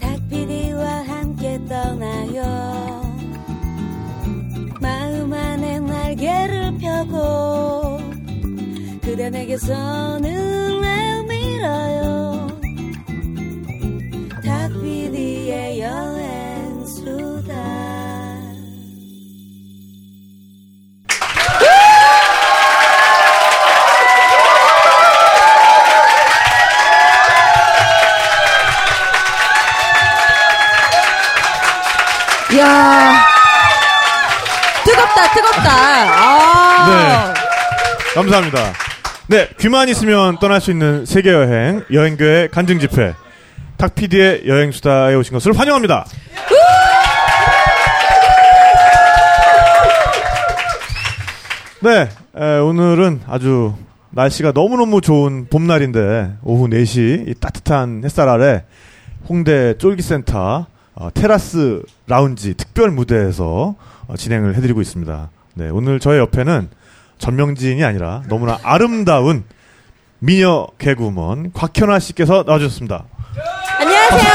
닭피디와 함께 떠나요 마음 안에 날개를 펴고 그대 내게서 눈을 밀어요 닭피디의 여행수다 이야. 뜨겁다, 뜨겁다. 네. 아. 감사합니다. 네, 귀만 있으면 떠날 수 있는 세계 여행 여행교의 간증 집회 탁 PD의 여행 수다에 오신 것을 환영합니다. 네, 에, 오늘은 아주 날씨가 너무너무 좋은 봄날인데 오후 4시 이 따뜻한 햇살 아래 홍대 쫄기센터 어, 테라스 라운지 특별 무대에서 어, 진행을 해드리고 있습니다. 네, 오늘 저의 옆에는 전명지인이 아니라 너무나 아름다운 미녀 개구먼 곽현아 씨께서 나와주셨습니다. 안녕하세요.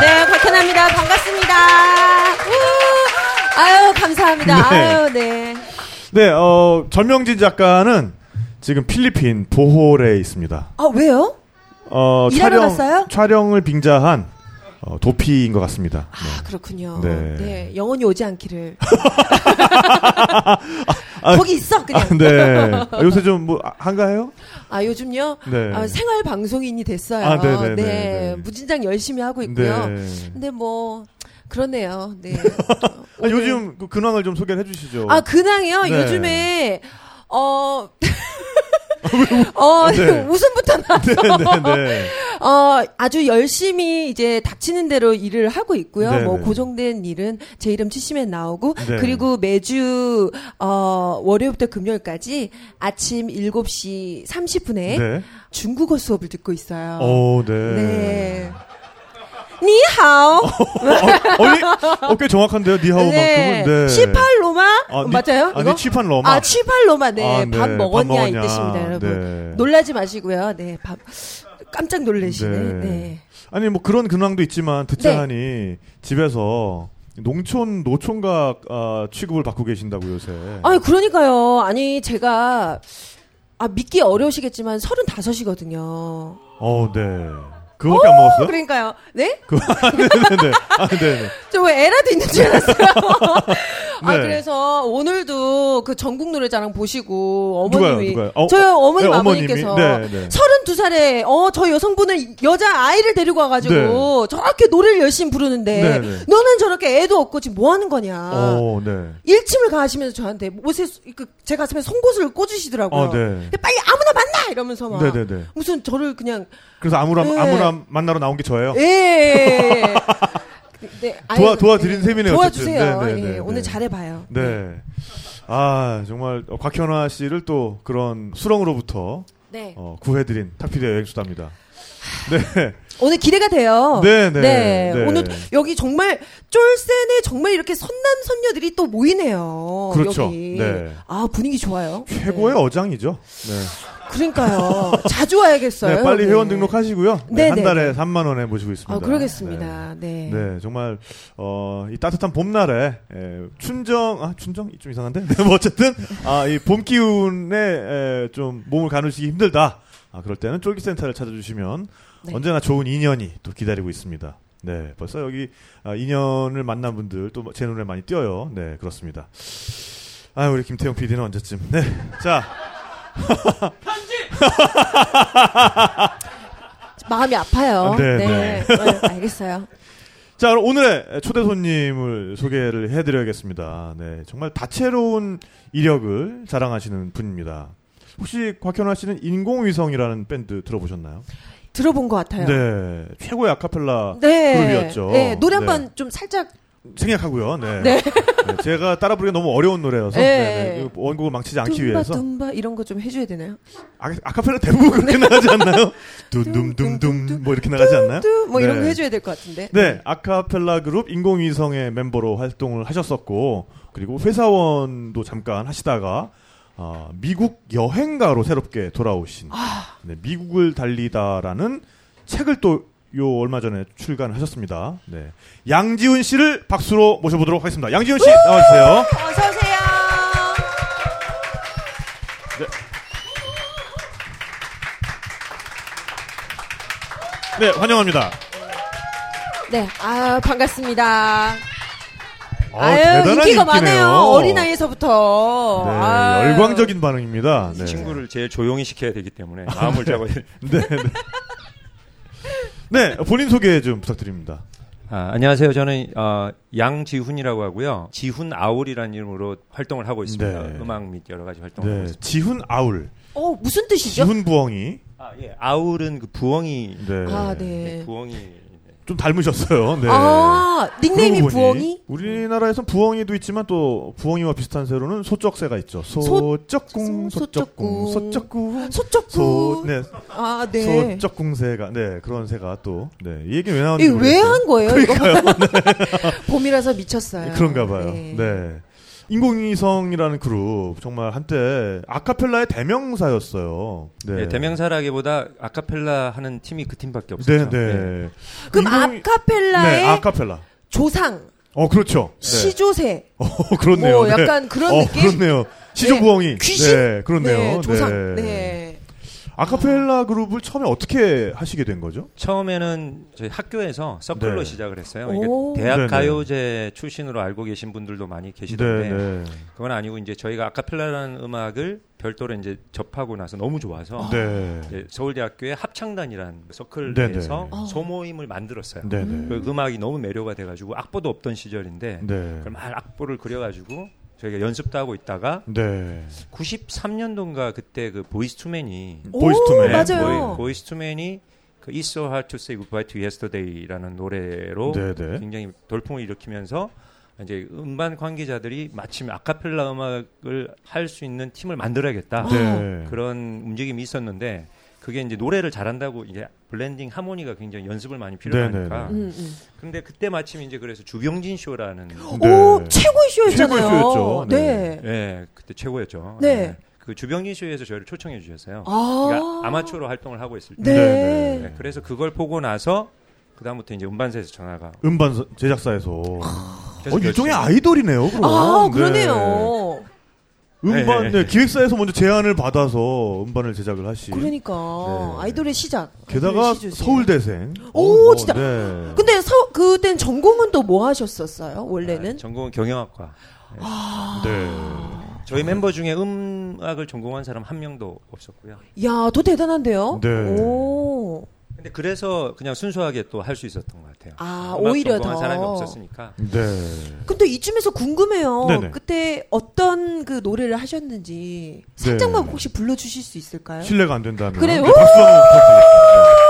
네, 박현아입니다. 반갑습니다. 우. 아유, 감사합니다. 네. 아유, 네. 네, 어, 전명진 작가는 지금 필리핀 보홀에 있습니다. 아, 왜요? 어, 일하러 갔어요? 촬영을 빙자한 어, 도피인 것 같습니다. 아, 그렇군요. 네. 네. 영혼이 오지 않기를. 아, 거기 있어, 그냥. 아, 네. 아, 요새 좀 뭐 아, 한가해요? 아 요즘요 네. 아, 생활 방송인이 됐어요. 아, 네네네, 네. 네. 무진장 열심히 하고 있고요. 근데 뭐 그러네요. 네. 아, 요즘 그 근황을 좀 소개를 해주시죠. 아 근황이요. 네. 아, 요즘에 어. 어, 네. 웃음부터 네, 나서. 네, 네. 어, 아주 열심히 이제 닥치는 대로 일을 하고 있고요. 네, 뭐, 네. 고정된 일은 제 이름 치시면 나오고, 네. 그리고 매주, 어, 월요일부터 금요일까지 아침 7시 30분에 네. 중국어 수업을 듣고 있어요. 어, 네. 네. 니하오. 어, 어이, 어, 꽤 정확한데요, 니하오만큼은. 네. 시팔로마 아, 니- 맞아요? 아니, 이거? 치판 러마. 아, 치팔로마 네. 아, 네. 밥 먹었냐 밥 먹었냐. 이 뜻입니다, 여러분. 네. 놀라지 마시고요. 네. 밥 깜짝 놀라시네. 네. 네. 아니 뭐 그런 근황도 있지만 듣자 네. 하니 집에서 농촌 노총각 아, 취급을 받고 계신다고 요새. 아니 그러니까요. 아니 제가 아 믿기 어려우시겠지만 35이거든요. 어, 네. 그거밖에 안 먹었어요? 그러니까요. 네? 네네네. 아, 네네. 저 왜 에라도 있는 줄 알았어요. 아 네. 그래서 오늘도 그 전국 노래자랑 보시고 누가요? 어머님이 누가요? 어, 저희 어머님 네, 어머님이? 아버님께서 네, 네. 32살에 어 저 여성분은 여자 아이를 데리고 와가지고 저렇게 노래를 열심히 부르는데 네, 네. 너는 저렇게 애도 없고 지금 뭐 하는 거냐. 어, 네. 일침을 가하시면서 저한테 옷에 수- 그- 제 가슴에 송곳을 꽂으시더라고요. 아, 네. 근데 빨리 아무나 만나 이러면서 막 네네네. 무슨 저를 그냥 그래서 아무나 네. 아무나 만나러 나온 게 저예요. 예. 예, 예. 네, 아유, 도와- 도와드린 셈이네요, 어쨌든. 도와주세요. 네, 네, 예, 네, 오늘 네. 잘해봐요. 네. 아, 정말 어, 곽현아 씨를 또 그런 수렁으로부터 네. 어, 구해드린 탁피디 여행수다입니다. 네. 오늘 기대가 돼요. 네, 네, 네. 오늘 여기 정말 쫄센에 정말 이렇게 선남 선녀들이 또 모이네요. 그렇죠. 여기. 네. 아 분위기 좋아요. 최고의 네. 어장이죠. 네. 그러니까요. 자주 와야겠어요. 네, 빨리 여기. 회원 등록하시고요. 네, 네, 한 네, 달에 3만 원에 모시고 있습니다. 아 그러겠습니다. 네. 네, 네, 정말 어, 이 따뜻한 봄날에 에, 춘정 아 춘정 좀 이상한데 네, 뭐 어쨌든 아, 이 봄 기운에 에, 좀 몸을 가누시기 힘들다. 아 그럴 때는 쫄기 센터를 찾아주시면 네. 언제나 좋은 인연이 또 기다리고 있습니다. 네, 벌써 여기 아, 인연을 만난 분들 또 제 눈에 많이 띄어요. 네, 그렇습니다. 아 우리 김태형 PD는 언제쯤? 네, 자. 마음이 아파요. 네, 네, 네. 네, 알겠어요. 자, 그럼 오늘의 초대 손님을 소개를 해드려야겠습니다. 네, 정말 다채로운 이력을 자랑하시는 분입니다. 혹시 곽현아 씨는 인공위성이라는 밴드 들어보셨나요? 들어본 것 같아요. 네, 최고의 아카펠라 네. 그룹이었죠. 네, 노래 한 네. 번 좀 살짝 생략하고요. 네. 네. 네, 제가 따라 부르기 너무 어려운 노래여서 네. 네, 네, 이거 원곡을 망치지 않기 둠바 위해서 둠바 이런 거 좀 해줘야 되나요? 아, 아카펠라 대부분 그렇게 나가지 않나요? 둠둠둠둠 뭐 이렇게 나가지 않나요? 뚜, 뭐 이런 네. 거 해줘야 될 것 같은데. 네, 아카펠라 그룹 인공위성의 멤버로 활동을 하셨었고 그리고 회사원도 잠깐 하시다가 아, 미국 아. 여행가로 새롭게 돌아오신 네, 미국을 달리다라는 책을 또 요 얼마 전에 출간하셨습니다. 네. 양지훈 씨를 박수로 모셔보도록 하겠습니다. 양지훈 씨 나와주세요. 어서 오세요. 네, 환영합니다. 네, 아 반갑습니다. 어, 아유 아, 대단한 인기가 인기네요. 많아요. 어린 나이에서부터. 네, 아유. 열광적인 반응입니다. 네. 친구를 제일 조용히 시켜야 되기 때문에 마음을 잡아야 돼. 네, 네. 네, 본인 소개 좀 부탁드립니다. 아, 안녕하세요. 저는 어, 양지훈이라고 하고요. 지훈 아울이라는 이름으로 활동을 하고 있습니다. 네. 음악 및 여러 가지 활동을 하고 네, 있습니다. 지훈 아울, 어 무슨 뜻이죠? 지훈 부엉이. 아, 예. 아울은 그 부엉이 네, 아 네, 네. 부엉이 좀 닮으셨어요. 네. 아 닉네임이 그러고 보니 부엉이? 우리나라에선 부엉이도 있지만 또 부엉이와 비슷한 새로는 소쩍새가 있죠. 소- 소쩍궁, 소- 소쩍궁, 소쩍궁, 소, 소쩍구. 네, 아 네. 소쩍궁새가, 네 그런 새가 또, 네, 이 얘기 왜 나왔는지 이거 왜 모르겠어요. 한 거예요? 이거 봄이라서 미쳤어요. 그런가 봐요. 네. 네. 인공위성이라는 그룹 정말 한때 아카펠라의 대명사였어요. 네. 예, 대명사라기보다 아카펠라 하는 팀이 그 팀밖에 네, 없었죠. 예. 네. 그럼 인공위- 아카펠라의 네, 아카펠라. 조상, 어, 그렇죠. 네. 시조새, 어, 그렇네요. 뭐 네. 약간 그런 어, 느낌? 그렇네요. 시조부엉이. 귀신, 네, 그렇네요. 네, 조상, 네. 아카펠라 그룹을 처음에 어떻게 하시게 된 거죠? 처음에는 저희 학교에서 서클로 네. 시작을 했어요. 오. 이게 대학 네네. 가요제 출신으로 알고 계신 분들도 많이 계시던데 네. 그건 아니고 이제 저희가 아카펠라라는 음악을 별도로 이제 접하고 나서 너무 좋아서 네. 이제 서울대학교의 합창단이라는 네네. 서클에서 어. 소모임을 만들었어요. 네. 네. 그 음악이 너무 매료가돼가지고 악보도 없던 시절인데 네. 그럼 막 악보를 그려가지고 저희가 연습도 하고 있다가 네. 93년도인가 그때 그 보이스투맨이 네, 오, 보이스투맨. 어, 맞아요. 보이, 스투맨이그 It's So Hard to Say Goodbye to Yesterday라는 노래로 네, 네. 굉장히 돌풍을 일으키면서 이제 음반 관계자들이 마침 아카펠라 음악을 할 수 있는 팀을 아. 만들어야겠다 네. 그런 움직임이 있었는데 그게 이제 노래를 잘한다고 이제 블렌딩 하모니가 굉장히 연습을 많이 필요하니까 네, 음, 음. 근데 그때 마침 이제 그래서 주병진 쇼라는 네. 오 최고의 쇼였잖아요. 최고의 쇼였죠. 네. 네. 예 그때 최고였죠 네. 예. 그 주병진 쇼에서 저희를 초청해 주셨어요 아. 그러니까 아마추어로 활동을 하고 있을 때 네. 네, 네. 네, 그래서 그걸 보고 나서 그 다음부터 이제 음반사에서 전화가 음반 서- 제작사에서 계속 어, 일종의 열심히- 아이돌이네요. 그럼. 아 네. 그러네요. 음반 네. 네, 기획사에서 먼저 제안을 받아서 음반을 제작을 하시. 그러니까 네. 아이돌의 시작. 게다가 아이돌의 시조새. 서울대생. 오, 어, 진짜. 네. 근데 서 그땐 전공은 또 뭐 하셨었어요? 원래는? 아, 전공은 경영학과 아. 네. 저희 멤버 중에 음악을 전공한 사람 한 명도 없었고요 야, 더 대단한데요? 네. 오. 근데 그래서 그냥 순수하게 또 할 수 있었던 것 같아요 아, 음악 오히려 전공한 더. 사람이 없었으니까 네. 근데 이쯤에서 궁금해요. 네네. 그때 어떤 그 노래를 하셨는지 네. 살짝만 혹시 불러주실 수 있을까요? 신뢰가 안 된다면. 그래요. 네, 박수 한번 부탁드립니다.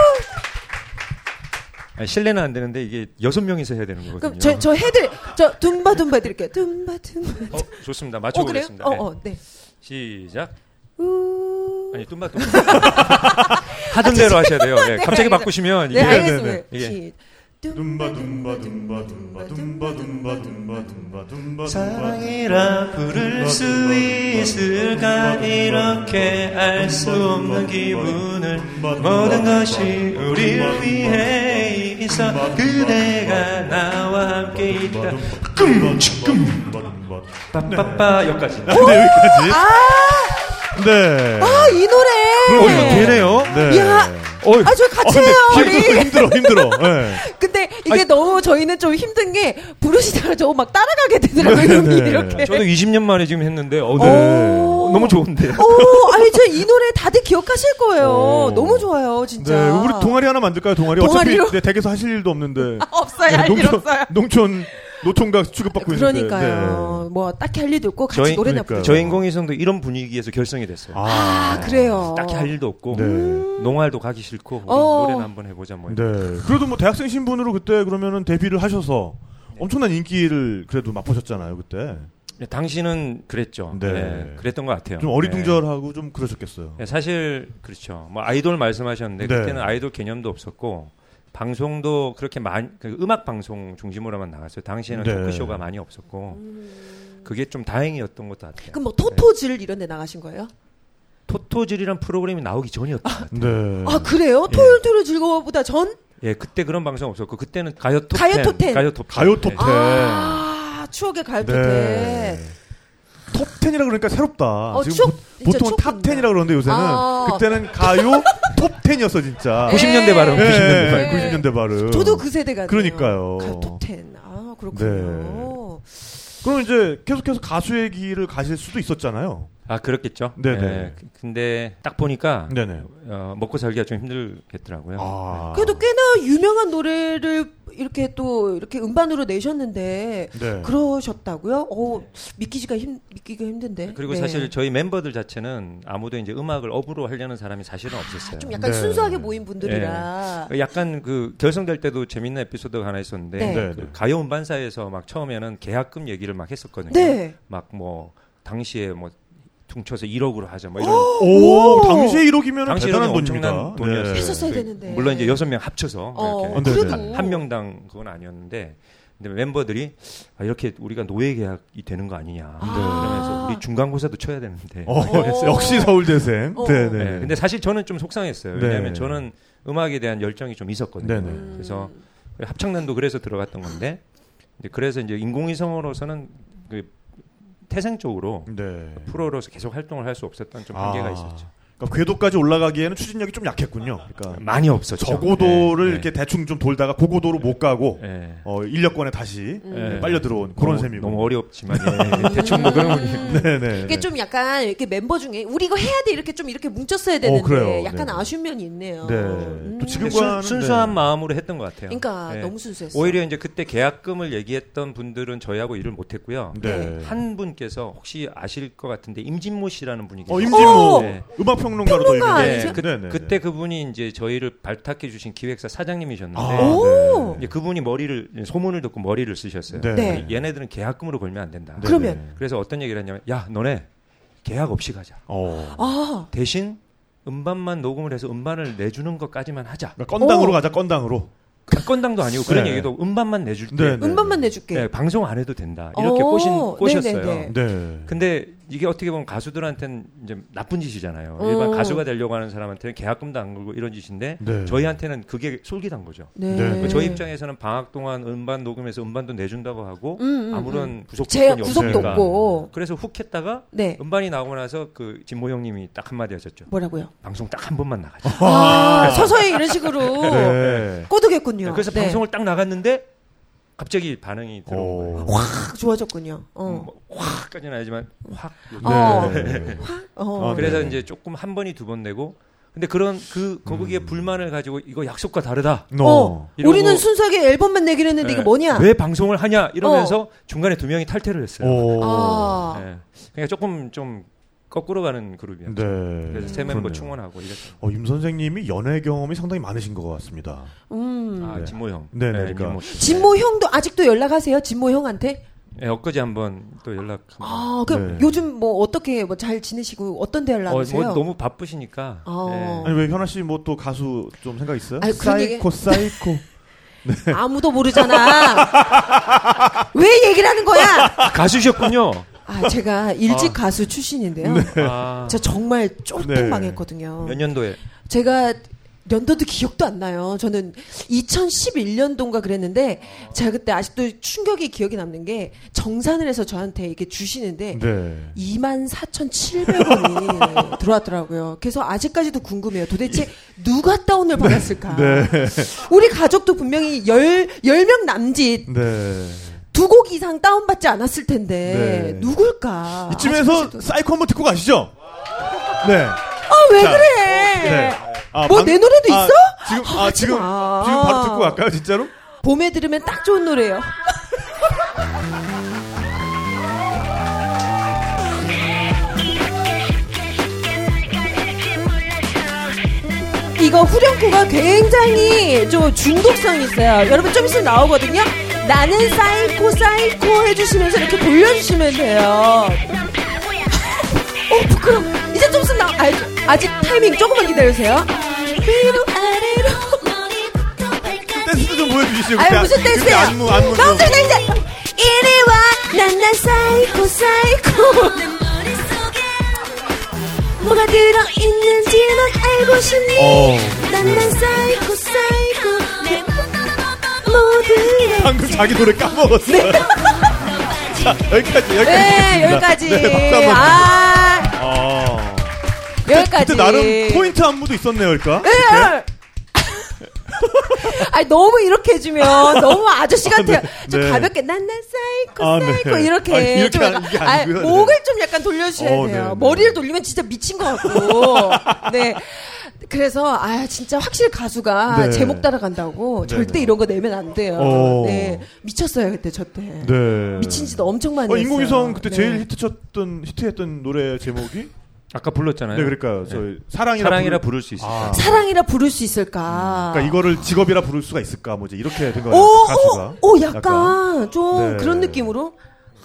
아, 실례는 안 되는데 이게 여섯 명이서 해야 되는 거거든요 그럼 저, 저 해들, 저 둠바둠바 드릴게요. 둠바둠바. 어, 좋습니다 어, 그래요? 맞춰보겠습니다 어, 네. 어, 네. 시작 우. 아니 뚠바뚠 하던 대로 하셔야 돼요 예, 갑자기 바꾸시면 아, 네, 이게 알겠습니다. 네, 네. 예. 시- 둠바 둠바 둠바 둠바 둠바 둠바 둠바 둠바 둠바 사랑이라 부를 수 있을까 이렇게 알 수 없는 기분을 모든 것이 우리를 위해 있어 그대가 나와 함께 있다 네. 빠빠 여기까지 네, 여기까지. 네. 아, 이 그럼 이거 노래! 되네요. 네. 야, 어이. 아, 저 같이 해요, 힘들어, 우리. 힘들어, 힘들어. 네. 근데 이게 너무 저희는 좀 힘든 게 부르시다가 저거 막 따라가게 되더라고요, 네, 음이 네. 이렇게. 저도 20년 만에 지금 했는데 어, 오. 네. 어, 너무 좋은데요. 오, 아니 저 이 노래 다들 기억하실 거예요. 오. 너무 좋아요, 진짜. 네, 우리 동아리 하나 만들까요, 동아리? 동아리로? 어차피 네, 댁에서 하실 일도 없는데. 아, 없어요, 네, 할 일 없어요. 농촌, 노총각 취급받고 있는데. 그러니까요. 네, 뭐 딱히 할 일도 없고 같이 저희- 노래나 네, 그러니까요. 부르죠. 저 인공위성도 이런 분위기에서 결성이 됐어요. 아, 그래요. 딱히 할 일도 없고 네. 농활도 가기 싫고 우리 어. 노래나 한번 해보자 뭐. 네. 그래도 뭐 대학생 신분으로 그때 그러면은 데뷔를 하셔서 엄청난 인기를 그래도 맛보셨잖아요, 그때. 당신은 그랬죠. 네. 네. 그랬던 것 같아요. 좀 어리둥절하고 좀 그러셨겠어요. 네. 네, 사실 그렇죠. 뭐 아이돌 말씀하셨는데 네. 그때는 아이돌 개념도 없었고 방송도 그렇게 많이 그 음악 방송 중심으로만 나갔어요. 당시에는 네. 토크쇼가 많이 없었고 그게 좀 다행이었던 것도 같아요. 음. 그럼 뭐 토토질 이런 데 나가신 거예요? 토토질이란 프로그램이 나오기 전이었던 것 같아요. 네. 아, 그래요? 토요일 토요일 즐거워보다 전? 예, 그때 그런 방송 없었고 그때는 가요 톱 가요 10, 톱 10. 가요 톱 10. 가요 톱 예. 10. 아, 추억의 네. 가요톱텐. 네. 톱 10이라 그러니까 새롭다. 어, 지금 추억- 보, 진짜 통은탑 추억이네. 10이라 그러는데 요새는 아. 그때는 가요 톱 10이었어 진짜. 예. 90년대 발음, 예, 90년대 발음. 예, 90년대 발음. 네. 저도 그 세대가. 그러니까요. 네. 가요톱텐. 아, 그렇군요. 그럼 이제 계속해서 가수의 길을 가실 수도 있었잖아요. 아 그렇겠죠. 네네. 예, 그- 근데 딱 보니까 네네. 어, 먹고 살기가 좀 힘들겠더라고요. 아. 그래도 꽤나 유명한 노래를 이렇게 또 이렇게 음반으로 내셨는데 네. 그러셨다고요? 어 믿기지가 힘 믿기가 힘든데. 그리고 네. 사실 저희 멤버들 자체는 아무도 이제 음악을 업으로 하려는 사람이 사실은 없었어요. 아, 좀 약간 네. 순수하게 모인 분들이라. 약간 그 결성될 때도 재밌는 에피소드가 하나 있었는데 네. 네, 그 네. 가요 음반사에서 막 처음에는 계약금 얘기를 막 했었거든요. 네. 막 뭐 당시에 뭐 퉁쳐서 1억으로 하자 뭐 이런 어, 오, 오! 당시에 1억이면 당시에는 대단한 엄청난 돈입니다. 돈이었어요. 네. 했었어야 그, 되는데. 물론 이제 여섯 명 합쳐서 어, 이렇게 네, 네. 그래도 한 명당 그건 아니었는데 근데 멤버들이 아, 이렇게 우리가 노예 계약이 되는 거 아니냐 그러면서 우리 중간고사도 쳐야 되는데 어, 어. 역시 서울대생. 어. 네네. 네, 근데 사실 저는 좀 속상했어요 네. 왜냐하면 저는 음악에 대한 열정이 좀 있었거든요 네네. 그래서 합창단도 그래서 들어갔던 건데 이제 그래서 이제 인공위성으로서는 그 태생적으로 네. 프로로서 계속 활동을 할 수 없었던 좀 한계가 아. 있었죠 그러니까 궤도까지 올라가기에는 추진력이 좀 약했군요. 그러니까 많이 없었죠 저고도를 네, 이렇게 대충 좀 돌다가 고고도로 못 가고 네. 네. 어, 인력권에 다시 음. 네. 빨려 들어온 그런 너무- 셈이고. 너무 어렵지만 예, 대충 뭐 그런 거 네네. 이게 좀 약간 이렇게 멤버 중에 우리 이거 해야 돼 이렇게 좀 이렇게 뭉쳤어야 되는데 그래요. 약간 네. 아쉬운 면이 있네요. 네. 음. 또 지금 순, 순수한 네. 마음으로 했던 것 같아요. 그러니까 예. 너무 순수했어. 오히려 이제 그때 계약금을 얘기했던 분들은 저희하고 일을 못했고요. 네. 한 분께서 혹시 아실 것 같은데 임진모 씨라는 분이 어, 계세요. 임진모 네. 음악 평론가로 더 평론가 유명해. 네, 아니죠? 그, 그때 그분이 이제 저희를 발탁해 주신 기획사 사장님이셨는데 아, 오! 이제 그분이 머리를 소문을 듣고 머리를 쓰셨어요. 그러니까 네. 네. 얘네들은 계약금으로 걸면 안 된다. 네. 그러면. 네. 그래서 어떤 얘기를 했냐면 야 너네 계약 없이 가자. 어. 아 대신 음반만 녹음을 해서 음반을 내주는 것까지만 하자. 그러니까 건당으로 어. 가자. 건당으로. 건당도 아니고 그런 네. 얘기도 음반만 내줄 때 네, 네. 음반만 내줄게. 네, 방송 안 해도 된다 이렇게 오, 꼬신 꼬셨어요. 네네네. 네. 근데 이게 어떻게 보면 가수들한테는 이제 나쁜 짓이잖아요. 음. 일반 가수가 되려고 하는 사람한테는 계약금도 안 걸고 이런 짓인데 네. 저희한테는 그게 솔깃한 거죠. 그러니까 네. 네. 그 저희 입장에서는 방학 동안 음반 녹음해서 음반도 내준다고 하고 음, 음, 아무런 구속 제약 조건이 구속도 없으니까. 없고. 그래서 훅 했다가 네. 음반이 나오고 나서 그 진모 형님이 딱 한마디 하셨죠. 뭐라고요? 방송 딱 한 번만 나가자. 아, 서서히 이런 식으로 네. 꼬드겠군요. 그래서 네. 방송을 딱 나갔는데 갑자기 반응이 들어온 거예요. 오. 확 좋아졌군요. 어. 뭐 확까지는 아니지만 확. 요즘. 어. 네. 어. 아, 네. 그래서 이제 조금 한 번이 두 번 내고 근데 그런 그 거기에 음. 불만을 가지고 이거 약속과 다르다. 너. 어, 이러고- 우리는 순수하게 앨범만 내기로 했는데 이게 예. 뭐냐? 왜 방송을 하냐 이러면서 중간에 두 명이 탈퇴를 했어요. 오. 어. 아, 예. 그러니까 조금 좀 거꾸로 가는 그룹이었죠. 네. 그래서 세 멤버 그렇네요. 충원하고 이랬죠. 어, 임 선생님이 연애 경험이 상당히 많으신 것 같습니다. 음. 아, 네. 진모 형. 네, 네, 예, 그러니까. 진모 씨. 진모 형도 아직도 연락하세요? 진모 형한테? 예, 엊그제 한번 또 연락. 한번. 아, 그럼 네. 요즘 뭐 어떻게 뭐 잘 지내시고 어떤 대화를 어, 나누세요? 뭐 너무 바쁘시니까. 네. 어. 아니 왜 현아 씨 뭐 또 가수 좀 생각 있어요? 아니, 그런 사이코 사이코. 아무도 모르잖아. 왜 얘기를 하는 거야? 예. 가수셨군요. 아, 제가 일찍 가수 출신인데요. 아, 저 정말 쫄딱 네. 망했거든요. 몇 년도에? 제가 연도도 기억도 안 나요. 저는 2011년도인가 그랬는데 제가 그때 아직도 충격이 기억이 남는 게 정산을 해서 저한테 이렇게 주시는데 네. 24,700원이 들어왔더라고요. 그래서 아직까지도 궁금해요. 도대체 누가 다운을 받았을까? 예. 네. 우리 가족도 분명히 열, 열 명 남짓 네. 두 곡 이상 다운받지 않았을 텐데 네. 누굴까? 이쯤에서 아직까지도. 사이코 한번 듣고 가시죠. 네. 아, 왜 자, 그래? 아, 뭐 방- 내 노래도 아, 있어? 지금 아, 아 지금 지금 하지 마. 바로 듣고 갈까요, 진짜로? 봄에 들으면 딱 좋은 노래예요. 이거 후렴구가 굉장히 좀 중독성이 있어요. 여러분 좀 있으면 나오거든요. 나는 사이코 사이코 해주시면서 이렇게 돌려주시면 돼요. 어 부끄러워. 이제 좀 있으면 나 아직, 아직 타이밍 조금만 기다려주세요. 위로 아래로 댄스도 좀 보여주시죠. 아유 그때 무슨 그때 댄스예요? 안무 안무. 좀. 나오자 이제 이리 와 난나 사이코 사이코 뭐가 Oh. 들어 있는지 넌 알고 싶니? 어. 난난 사이코 사이코 내 방금 자기 노래 까먹었어요. 자, 여기까지, 여기까지. 네, 하겠습니다. 여기까지. 네, 박수 한번 아, 어. 여기까지. 그때 나름 포인트 안무도 있었네요, 그러니까. 네. 아니 너무 이렇게 해주면 너무 아저씨 같아요. 좀 네. 가볍게 난난 사이코 아, 네. 사이코 이렇게 아니, 이렇게 좀 하는 약간- 게 아니고요. 아니, 목을 좀 약간 돌려주셔야 어, 돼요. 네, 네. 머리를 돌리면 진짜 미친 것 같고. 네. 그래서 아 진짜 확실히 가수가 네. 제목 따라간다고 네, 절대 네. 이런 거 내면 안 돼요. 어. 네 미쳤어요 그때 저 때. 네. 미친지도 엄청 많이 어, 했어요. 인공위성 그때 네. 제일 히트쳤던 히트했던 노래 제목이 아까 불렀잖아요. 네 그러니까 저 네. 사랑이라 사랑이라 부를- 부를 수 있을까? 아. 사랑이라 부를 수 있을까? 그러니까 이거를 직업이라 부를 수가 있을까 뭐 이제 이렇게 된 거예요. 가수가. 아. 오, 오, 오, 약간, 좀 네. 그런 느낌으로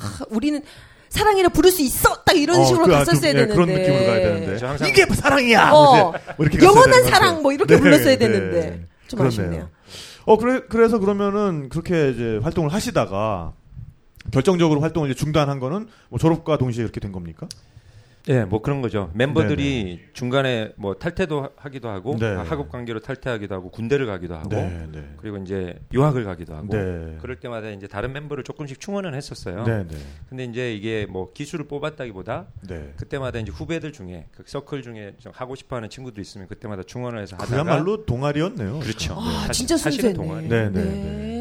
아, 우리는 사랑이라 부를 수 있어 딱 이런 어, 식으로 그, 아, 그, 갔었어야 예, 되는데 그런 느낌으로 가야 되는데 저 항상- 이게 사랑이야. 어. 뭐 이제 뭐 이렇게 갔어야 영원한 되는 건데. 사랑 뭐 이렇게 네, 불렀어야 네. 되는데 좀 그렇네요. 아쉽네요. 어 그래 그래서 그러면은 그렇게 이제 활동을 하시다가 결정적으로 활동을 이제 중단한 거는 뭐 졸업과 동시에 이렇게 된 겁니까? 예, 뭐 그런 거죠. 멤버들이 중간에 뭐 탈퇴도 하- 하기도 하고 네. 아, 학업 관계로 탈퇴하기도 하고 군대를 가기도 하고 네. 그리고 이제 유학을 가기도 하고 네. 그럴 때마다 이제 다른 멤버를 조금씩 충원은 했었어요. 네, 네. 근데 이제 이게 뭐 기술을 뽑았다기보다 네. 그때마다 이제 후배들 중에 그 서클 중에 좀 하고 싶어하는 친구도 있으면 그때마다 충원을 해서 하다가 그야말로 동아리였네요. 그렇죠. 아 사실- 진짜 사실은 순수했네. 동안이에요. 네, 네, 네. 네,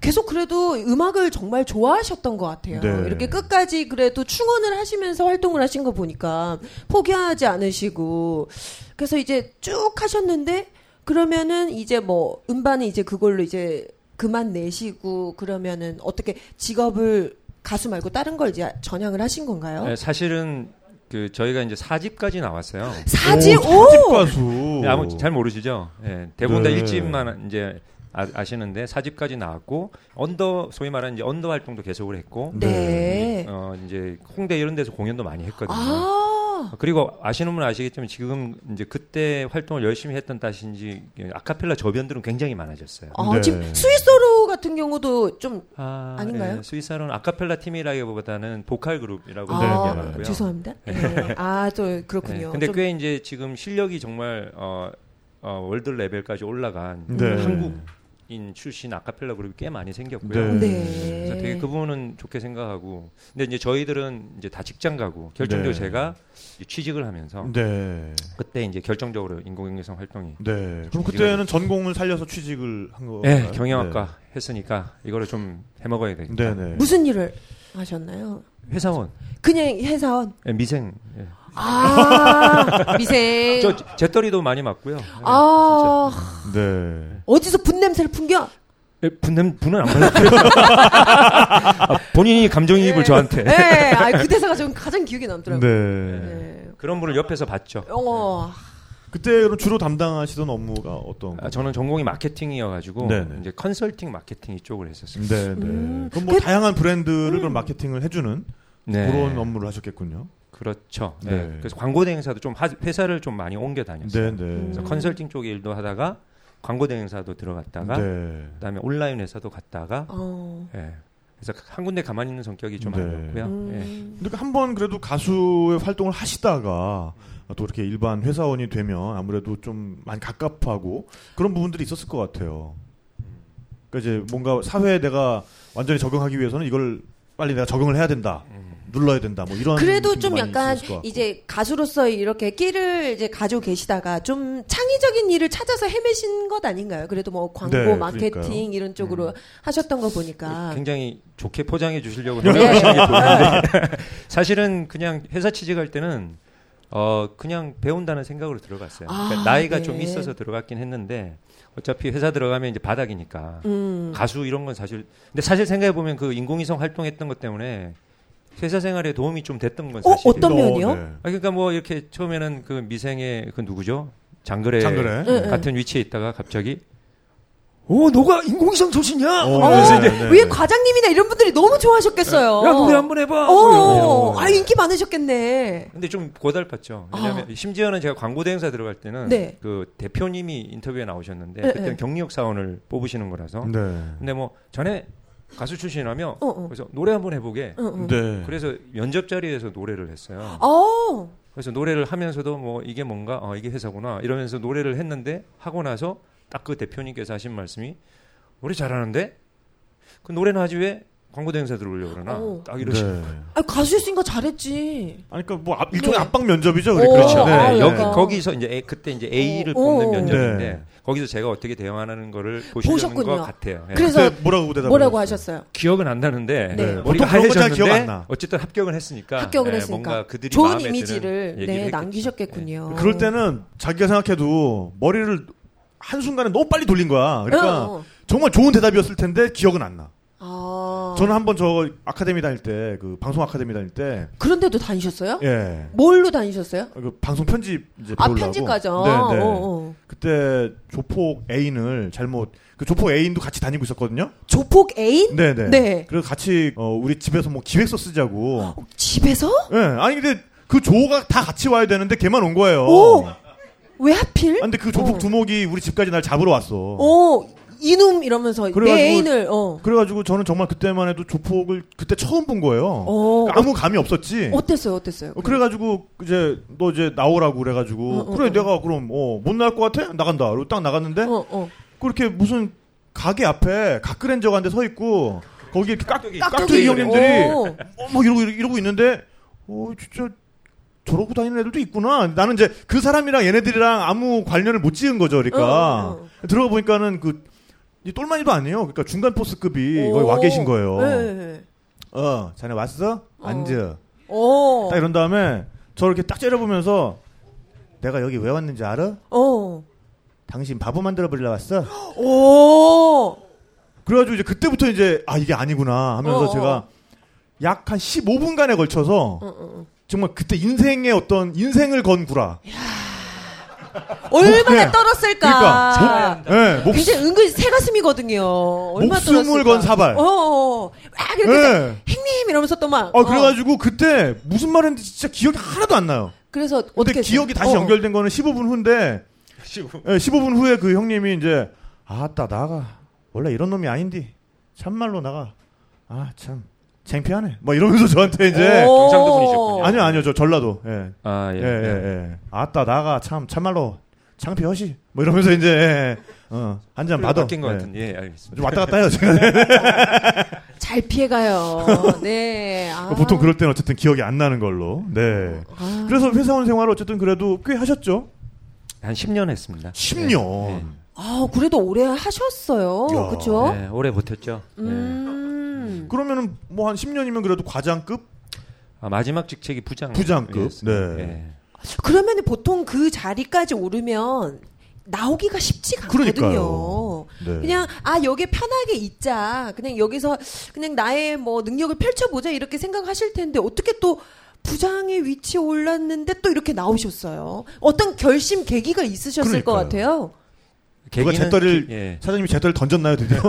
계속 그래도 음악을 정말 좋아하셨던 것 같아요. 네. 이렇게 끝까지 그래도 충원을 하시면서 활동을 하신 거 보니까 포기하지 않으시고 그래서 이제 쭉 하셨는데 그러면은 이제 뭐 음반은 이제 그걸로 이제 그만 내시고 그러면은 어떻게 직업을 가수 말고 다른 걸 이제 전향을 하신 건가요? 예, 사실은 그 저희가 이제 4집까지 나왔어요. 사지 오, 사집 가수. 네, 아무 잘 모르시죠? 예, 대부분 다 네. 1집만 이제 아, 시는데 4집까지 나왔고 언더 소위 말하는 이제 언더 활동도 계속을 했고 네. 어, 이제 홍대 이런 데서 공연도 많이 했거든요. 아, 그리고 아시는 분은 아시겠지만 지금 이제 그때 활동을 열심히 했던 탓인지 아카펠라 저변들은 굉장히 많아졌어요. 아 네. 지금 스위스로 같은 경우도 좀 아, 아닌가요? 예, 스위스로는 아카펠라 팀이라기보다는 보컬 그룹이라고 아, 얘기하고요. 죄송합니다. 네. 아, 또 네, 그렇군요. 근데 좀- 꽤 이제 지금 실력이 정말 어, 어, 월드 레벨까지 올라간 네. 한국인 출신 아카펠라 그룹이 꽤 많이 생겼고요. 네. 그래서 되게 그 부분은 좋게 생각하고 근데 이제 저희들은 이제 다 직장 가고 결정적으로 네. 제가 이제 취직을 하면서 네. 그때 이제 결정적으로 인공위성 활동이 네. 그럼 그때는 전공을 살려서 취직을 한 거. 네, 경영학과 했으니까 이거를 좀 해먹어야 되겠다. 네, 네. 무슨 일을 하셨나요? 회사원 그냥 회사원. 예, 미생 예. 아, 미생. 저 재떨이도 많이 맞고요. 네, 아, 네. 어디서 분 냄새를 풍겨? 예, 분은 분은 안 받았어요. 아, 본인이 감정이입을 저한테 네, 아, 그 대사가 좀 가장 기억에 남더라고요. 네. 네. 그런 분을 옆에서 봤죠. 어, 네. 그때 그럼 주로 담당하시던 업무가 어떤? 아, 저는 전공이 마케팅이어가지고 네네. 이제 컨설팅 마케팅 이쪽을 했었어요. 네, 네. 음. 그럼 뭐 그- 다양한 브랜드를 그럼 마케팅을 해주는 네. 음, 그런 업무를 하셨겠군요. 그렇죠. 네. 네. 그래서 광고 대행사도 좀 하- 회사를 좀 많이 옮겨 네, 다녔어요. 네. 그래서 컨설팅 쪽에 일도 하다가 광고 대행사도 들어갔다가 네. 그다음에 온라인 회사도 갔다가 어. 예. 그래서 한 군데 가만히 있는 성격이 좀 네. 아니었고요. 예. 음. 근데 한번 그래도 가수의 활동을 하시다가 또 이렇게 일반 회사원이 되면 아무래도 좀 많이 갑갑하고 그런 부분들이 있었을 것 같아요. 그러니까 이제 뭔가 사회에 내가 완전히 적응하기 위해서는 이걸 빨리 내가 적응을 해야 된다, 음. 눌러야 된다, 뭐 이런. 그래도 느낌도 좀 많이 약간 있었을 것 같고. 이제 가수로서 이렇게 끼를 이제 가지고 계시다가 좀 창의적인 일을 찾아서 헤매신 것 아닌가요? 그래도 뭐 광고, 네, 마케팅 그러니까요. 이런 쪽으로 하셨던 거 그러니까. 보니까 음. 예, 굉장히 좋게 포장해 주시려고 노력하시는 게 보이는데 사실은 그냥 회사 취직할 때는 어 그냥 배운다는 생각으로 들어갔어요. 그러니까 아, 나이가 네. 좀 있어서 들어갔긴 했는데 어차피 회사 들어가면 이제 바닥이니까 음. 가수 이런 건 사실 근데 사실 생각해 보면 그 인공위성 활동했던 것 때문에 회사 생활에 도움이 좀 됐던 건 어, 사실. 어떤- 면이요? 네. 아 그러니까 뭐 이렇게 처음에는 그 미생의 그 누구죠? 장그래, 장그래. 네, 네. 같은 위치에 있다가 갑자기 오 너가 인공위성 소신이야? 아, 어, 어, 네, 네, 네, 위에 네. 과장님이나 이런 분들이 너무 좋아하셨겠어요. 야 노래 한번 해봐. 뭐 이러고. 어, 아 인기 많으셨겠네. 근데 좀 고달팠죠. 왜냐하면 심지어는 제가 광고 대행사 들어갈 때는 아. 네. 그 대표님이 인터뷰에 나오셨는데 네, 그때는 네. 경력 사원을 뽑으시는 거라서. 네. 근데 뭐 전에 가수 출신이라며 어, 어. 그래서 노래 한번 해보게. 응, 응. 네. 그래서 면접 자리에서 노래를 했어요. 어, 그래서 노래를 하면서도 뭐 이게 뭔가 어, 이게 회사구나 이러면서 노래를 했는데 하고 나서 딱 그 대표님께서 하신 말씀이 노래 잘하는데 그 노래는 하지 왜 광고 대행사 들어오려고 그러나 오. 딱 이러시는 네. 거예요. 아, 가수였으니까 잘했지. 아니 그러니까 뭐 앞- 일종의 네. 압박 면접이죠. 오, 그렇죠. 아, 네, 네. 여기 네. 거기서 이제 A- 그때 이제 A를 오, 뽑는 오. 면접인데 네. 거기서 제가 어떻게 대응하는 거를 보시는 보셨군요. 것 같아요. 예. 그래서 그래서 뭐라고 대답? 뭐라고 하셨어요? 기억은 안 나는데 네. 머리가 보통 그런 거잘 하얘졌는데 기억 안 나. 어쨌든 합격은 했으니까 합격을 예, 했으니까 뭔가 그들이 좋은 마음에 드는 이미지를 얘기를 네, 했겠죠. 예. 남기셨겠군요. 어, 그럴 때는 자기가 생각해도 머리를 한 순간에 너무 빨리 돌린 거야. 그러니까 어, 어. 정말 좋은 대답이었을 텐데 기억은 안 나. 아. 저는 한번 저 아카데미 다닐 때 그 방송 아카데미 다닐 때 그런데도 다니셨어요? 예. 뭘로 다니셨어요? 그 방송 편집 이제 아, 배우려고. 편집과정. 네, 네. 어, 어. 그때 조폭 애인을 잘못 그 조폭 애인도 같이 다니고 있었거든요. 조폭 애인? 네, 네. 네. 그래서 같이 어, 우리 집에서 뭐 기획서 쓰자고. 어, 집에서? 예. 아니 근데 그 조가 다 같이 와야 되는데 걔만 온 거예요. 오! 아, 왜 하필? 근데 그 조폭 어. 두목이 우리 집까지 날 잡으러 왔어. 어, 이놈 이러면서 내 그래가지고- 애인을, 어. 그래가지고 저는 정말 그때만 해도 조폭을 그때 처음 본 거예요. 어. 그러니까 아무 감이 없었지. 어땠어요, 어땠어요? 어, 그래가지고 이제 너 이제 나오라고 그래가지고 어, 어, 그래 어. 내가 그럼 어못 나올 것 같아 나간다. 그리고 딱 나갔는데 어, 어. 그렇게 무슨 가게 앞에 가그랜저가 한 데 서 있고 거기 이렇게 깍, 네? 깍두기, 깍두기 형님들이 어. 어, 막 이러고 이러고 있는데 어 진짜 저러고 다니는 애들도 있구나. 나는 이제 그 사람이랑 얘네들이랑 아무 관련을 못 지은 거죠. 그러니까 어, 어, 들어가 보니까는 그. 이 똘마니도 아니에요. 그러니까 중간 포스급이 오. 거의 와 계신 거예요. 네, 네. 어, 자네 왔어? 앉아. 어. 딱 이런 다음에 저 이렇게 딱 째려보면서 내가 여기 왜 왔는지 알아? 어. 당신 바보 만들어 버리려 왔어? 오. 그래가지고 이제 그때부터 이제 아 이게 아니구나 하면서 어, 어. 제가 약 한 15분간에 걸쳐서 정말 그때 인생의 어떤 인생을 건 구라. 얼마나 네. 떨었을까. 아, 그러니까. 예, 목, 굉장히 은근 새 가슴이거든요. 얼마나 목숨을 떨었을까. 건 사발. 어, 어. 막 이렇게 예. 행님 이러면서 또 막. 어. 아 그래가지고 그때 무슨 말했는지 진짜 기억이 하나도 안 나요. 그래서 어떻게 근데 했어요? 기억이 다시 어. 연결된 거는 15분 후인데 예, 15분 후에 그 형님이 이제 아따 나가 원래 이런 놈이 아닌디 참말로 나가 아 참 창피하네 뭐 이러면서 저한테 이제 오. 경상도 분이셨군요. 아니요 아니요 저 전라도 예. 아 예. 예, 예, 예. 아따 나가 참 참말로 창피허시 뭐 이러면서 이제 예, 예. 어, 한 잔 받아 바뀐 것 예. 같은. 예, 알겠습니다. 좀 왔다 갔다 해요 제가 잘 피해가요. 네. 어, 아. 보통 그럴 때는 어쨌든 기억이 안 나는 걸로 네 아. 그래서 회사원 생활을 어쨌든 그래도 꽤 하셨죠 한 10년 했습니다. 10년 네. 아, 그래도 오래 하셨어요. 야. 그쵸? 네, 오래 버텼죠. 네. 음. 그러면은 뭐 한 10년이면 그래도 과장급 아, 마지막 직책이 부장. 부장급? 이었습니다. 네. 예. 그러면 보통 그 자리까지 오르면 나오기가 쉽지가 않거든요. 그러니까요. 네. 그냥 아 여기 편하게 있자. 그냥 여기서 그냥 나의 뭐 능력을 펼쳐보자 이렇게 생각하실 텐데 어떻게 또 부장의 위치에 올랐는데 또 이렇게 나오셨어요. 어떤 결심 계기가 있으셨을 것 같아요. 누가 계기는 제떨을 기- 예. 사장님이 제떨을 던졌나요 드디어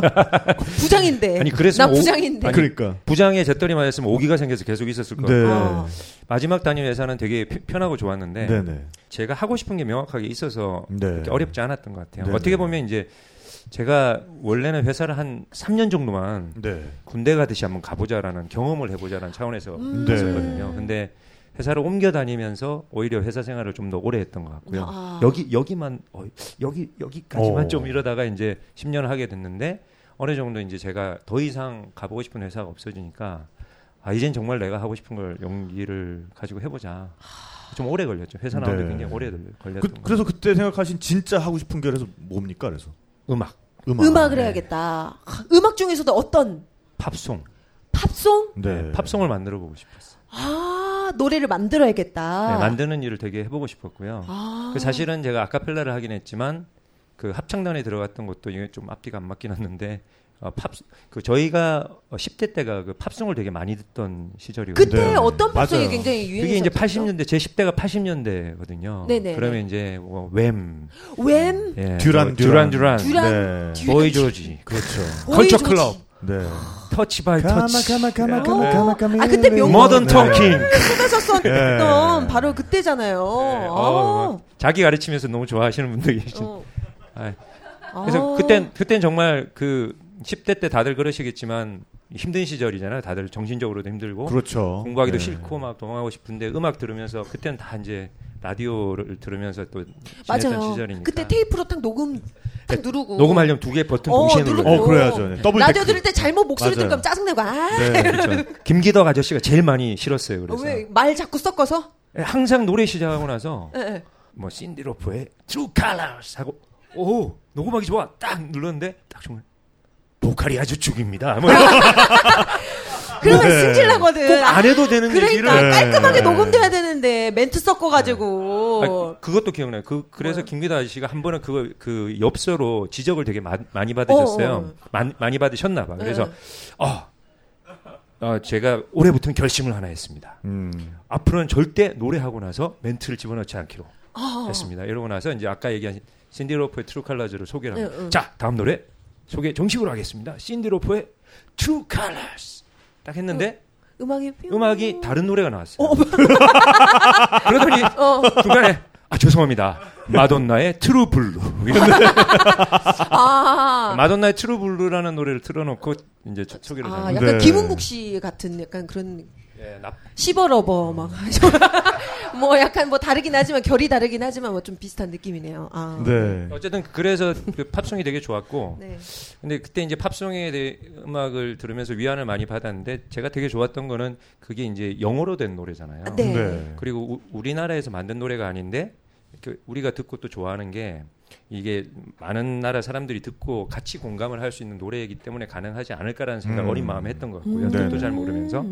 부장인데. 아니, 그래서 나뭐 오- 부장인데. 아니, 그러니까 부장의 재떨이 맞았으면 오기가 생겨서 계속 있었을 거예요. 네. 어. 마지막 단임 회사는 되게 피- 편하고 좋았는데 네네 제가 하고 싶은 게 명확하게 있어서 네. 그렇게 어렵지 않았던 것 같아요. 네, 어떻게 네. 보면 이제 제가 원래는 회사를 한 3년 정도만 네 군대 가듯이 한번 가보자라는 경험을 해보자라는 차원에서 음. 했거든요. 근데 회사를 옮겨 다니면서 오히려 회사 생활을 좀 더 오래 했던 것 같고요. 아. 여기 여기만 어, 여기 여기까지만 어. 좀 이러다가 이제 10년을 하게 됐는데 어느 정도 이제 제가 더 이상 가보고 싶은 회사가 없어지니까 아 이젠 정말 내가 하고 싶은 걸 용기를 가지고 해보자. 좀 오래 걸렸죠. 회사 나오는데 네. 굉장히 오래 들- 걸렸던 그, 거. 그래서 그때 생각하신 진짜 하고 싶은 게 그래서 뭡니까 그래서 음악, 음악 네. 음악을 해야겠다. 음악 중에서도 어떤 팝송, 팝송? 네. 네, 팝송을 만들어 보고 싶었어. 요 아 노래를 만들어야겠다. 네, 만드는 일을 되게 해보고 싶었고요. 아. 그 사실은 제가 아카펠라를 하긴 했지만 그 합창단에 들어갔던 것도 이게 좀 앞뒤가 안 맞긴 했는데 어, 팝그 저희가 어, 10대 때가 그 팝송을 되게 많이 듣던 시절이거든요. 그때 네. 어떤 팝송이 맞아요. 굉장히 유행했었죠? 그게 이제 80년대 제 10대가 80년대거든요. 네네. 그러면 이제 뭐 웸, 웸 예, 네. 듀란, 뭐 듀란, 듀란. 듀란, 듀란. 네. 듀- 보이 조지, 그렇죠. 컬처 보이조지. 클럽, 네. 아. 터치 바이 아, 터치, 네. 예. 가마 가마, 가마, 가마. 아, 근데 명곡. 모던 토킹. 쏟아졌었던 바로 그때잖아요. 네, 어, 아. 자기 가르치면서 너무 좋아하시는 분들이 계신. 어. 아, 아. 그래서 그땐 그땐 정말 그 10대 때 다들 그러시겠지만 힘든 시절이잖아요. 다들 정신적으로도 힘들고 그렇죠. 공부하기도 네. 싫고 막 도망하고 싶은데 음악 들으면서 그땐 다 이제 라디오를 들으면서 또 지냈던 맞아요. 시절이니까. 네. 그때 테이프로 딱 녹음 탁 누르고 녹음하려면 두 개 버튼 어, 동시에 누르고. 누르고. 어, 그래야죠. 네, 더블 라디오 테크. 들을 때 잘못 목소리 맞아요. 들으면 짜증내고 아 네. 그렇죠. 김기덕 아저씨가 제일 많이 싫었어요. 그래서 예, 왜 말 자꾸 섞어서 항상 노래 시작하고 나서 예, 예. 뭐 신디로프의 True Colors 하고 오 녹음하기 좋아 딱 눌렀는데 딱 정말 보컬이 아주 죽입니다. 뭐 그러면 네. 승질나거든 아, 안 해도 되는 그러니까 얘기를 네. 깔끔하게 녹음돼야 되는데 멘트 섞어가지고 아, 그것도 기억나요. 그 그래서 김기덕 아저씨가 한 번은 그거 그 엽서로 지적을 되게 마- 많이 받으셨어요. 많- 많이 받으셨나 봐. 그래서 어, 어, 제가 올해부터는 결심을 하나 했습니다. 음. 앞으로는 절대 노래하고 나서 멘트를 집어넣지 않기로 했습니다. 이러고 나서 이제 아까 얘기한 신디로프의 트루 칼라즈를 소개를 합니다. 자, 네, 다음 노래 소개 정식으로 하겠습니다. 신디로프의 트루 칼라즈 딱 했는데 음악이 뿅. 음악이 다른 노래가 나왔어요. 그러더니 어. 중간에 아 죄송합니다. 마돈나의 트루 블루. 아, 마돈나의 트루 블루라는 노래를 틀어놓고 이제 초- 소개를 아 하는. 약간 네. 김은국 씨 같은 약간 그런 예, 나- 시버러버 막뭐 약간 뭐 다르긴 하지만 결이 다르긴 하지만 뭐 좀 비슷한 느낌이네요 아 네. 어쨌든 그래서 그 팝송이 되게 좋았고 네. 근데 그때 이제 팝송에 대해 음악을 들으면서 위안을 많이 받았는데 제가 되게 좋았던 거는 그게 이제 영어로 된 노래잖아요. 아, 네. 네. 그리고 우, 리나라에서 만든 노래가 아닌데 이렇게 우리가 듣고 또 좋아하는 게 이게 많은 나라 사람들이 듣고 같이 공감을 할 수 있는 노래이기 때문에 가능하지 않을까라는 생각 음. 을 어린 마음에 했던 것 같고요. 음. 뜻도 네. 잘 모르면서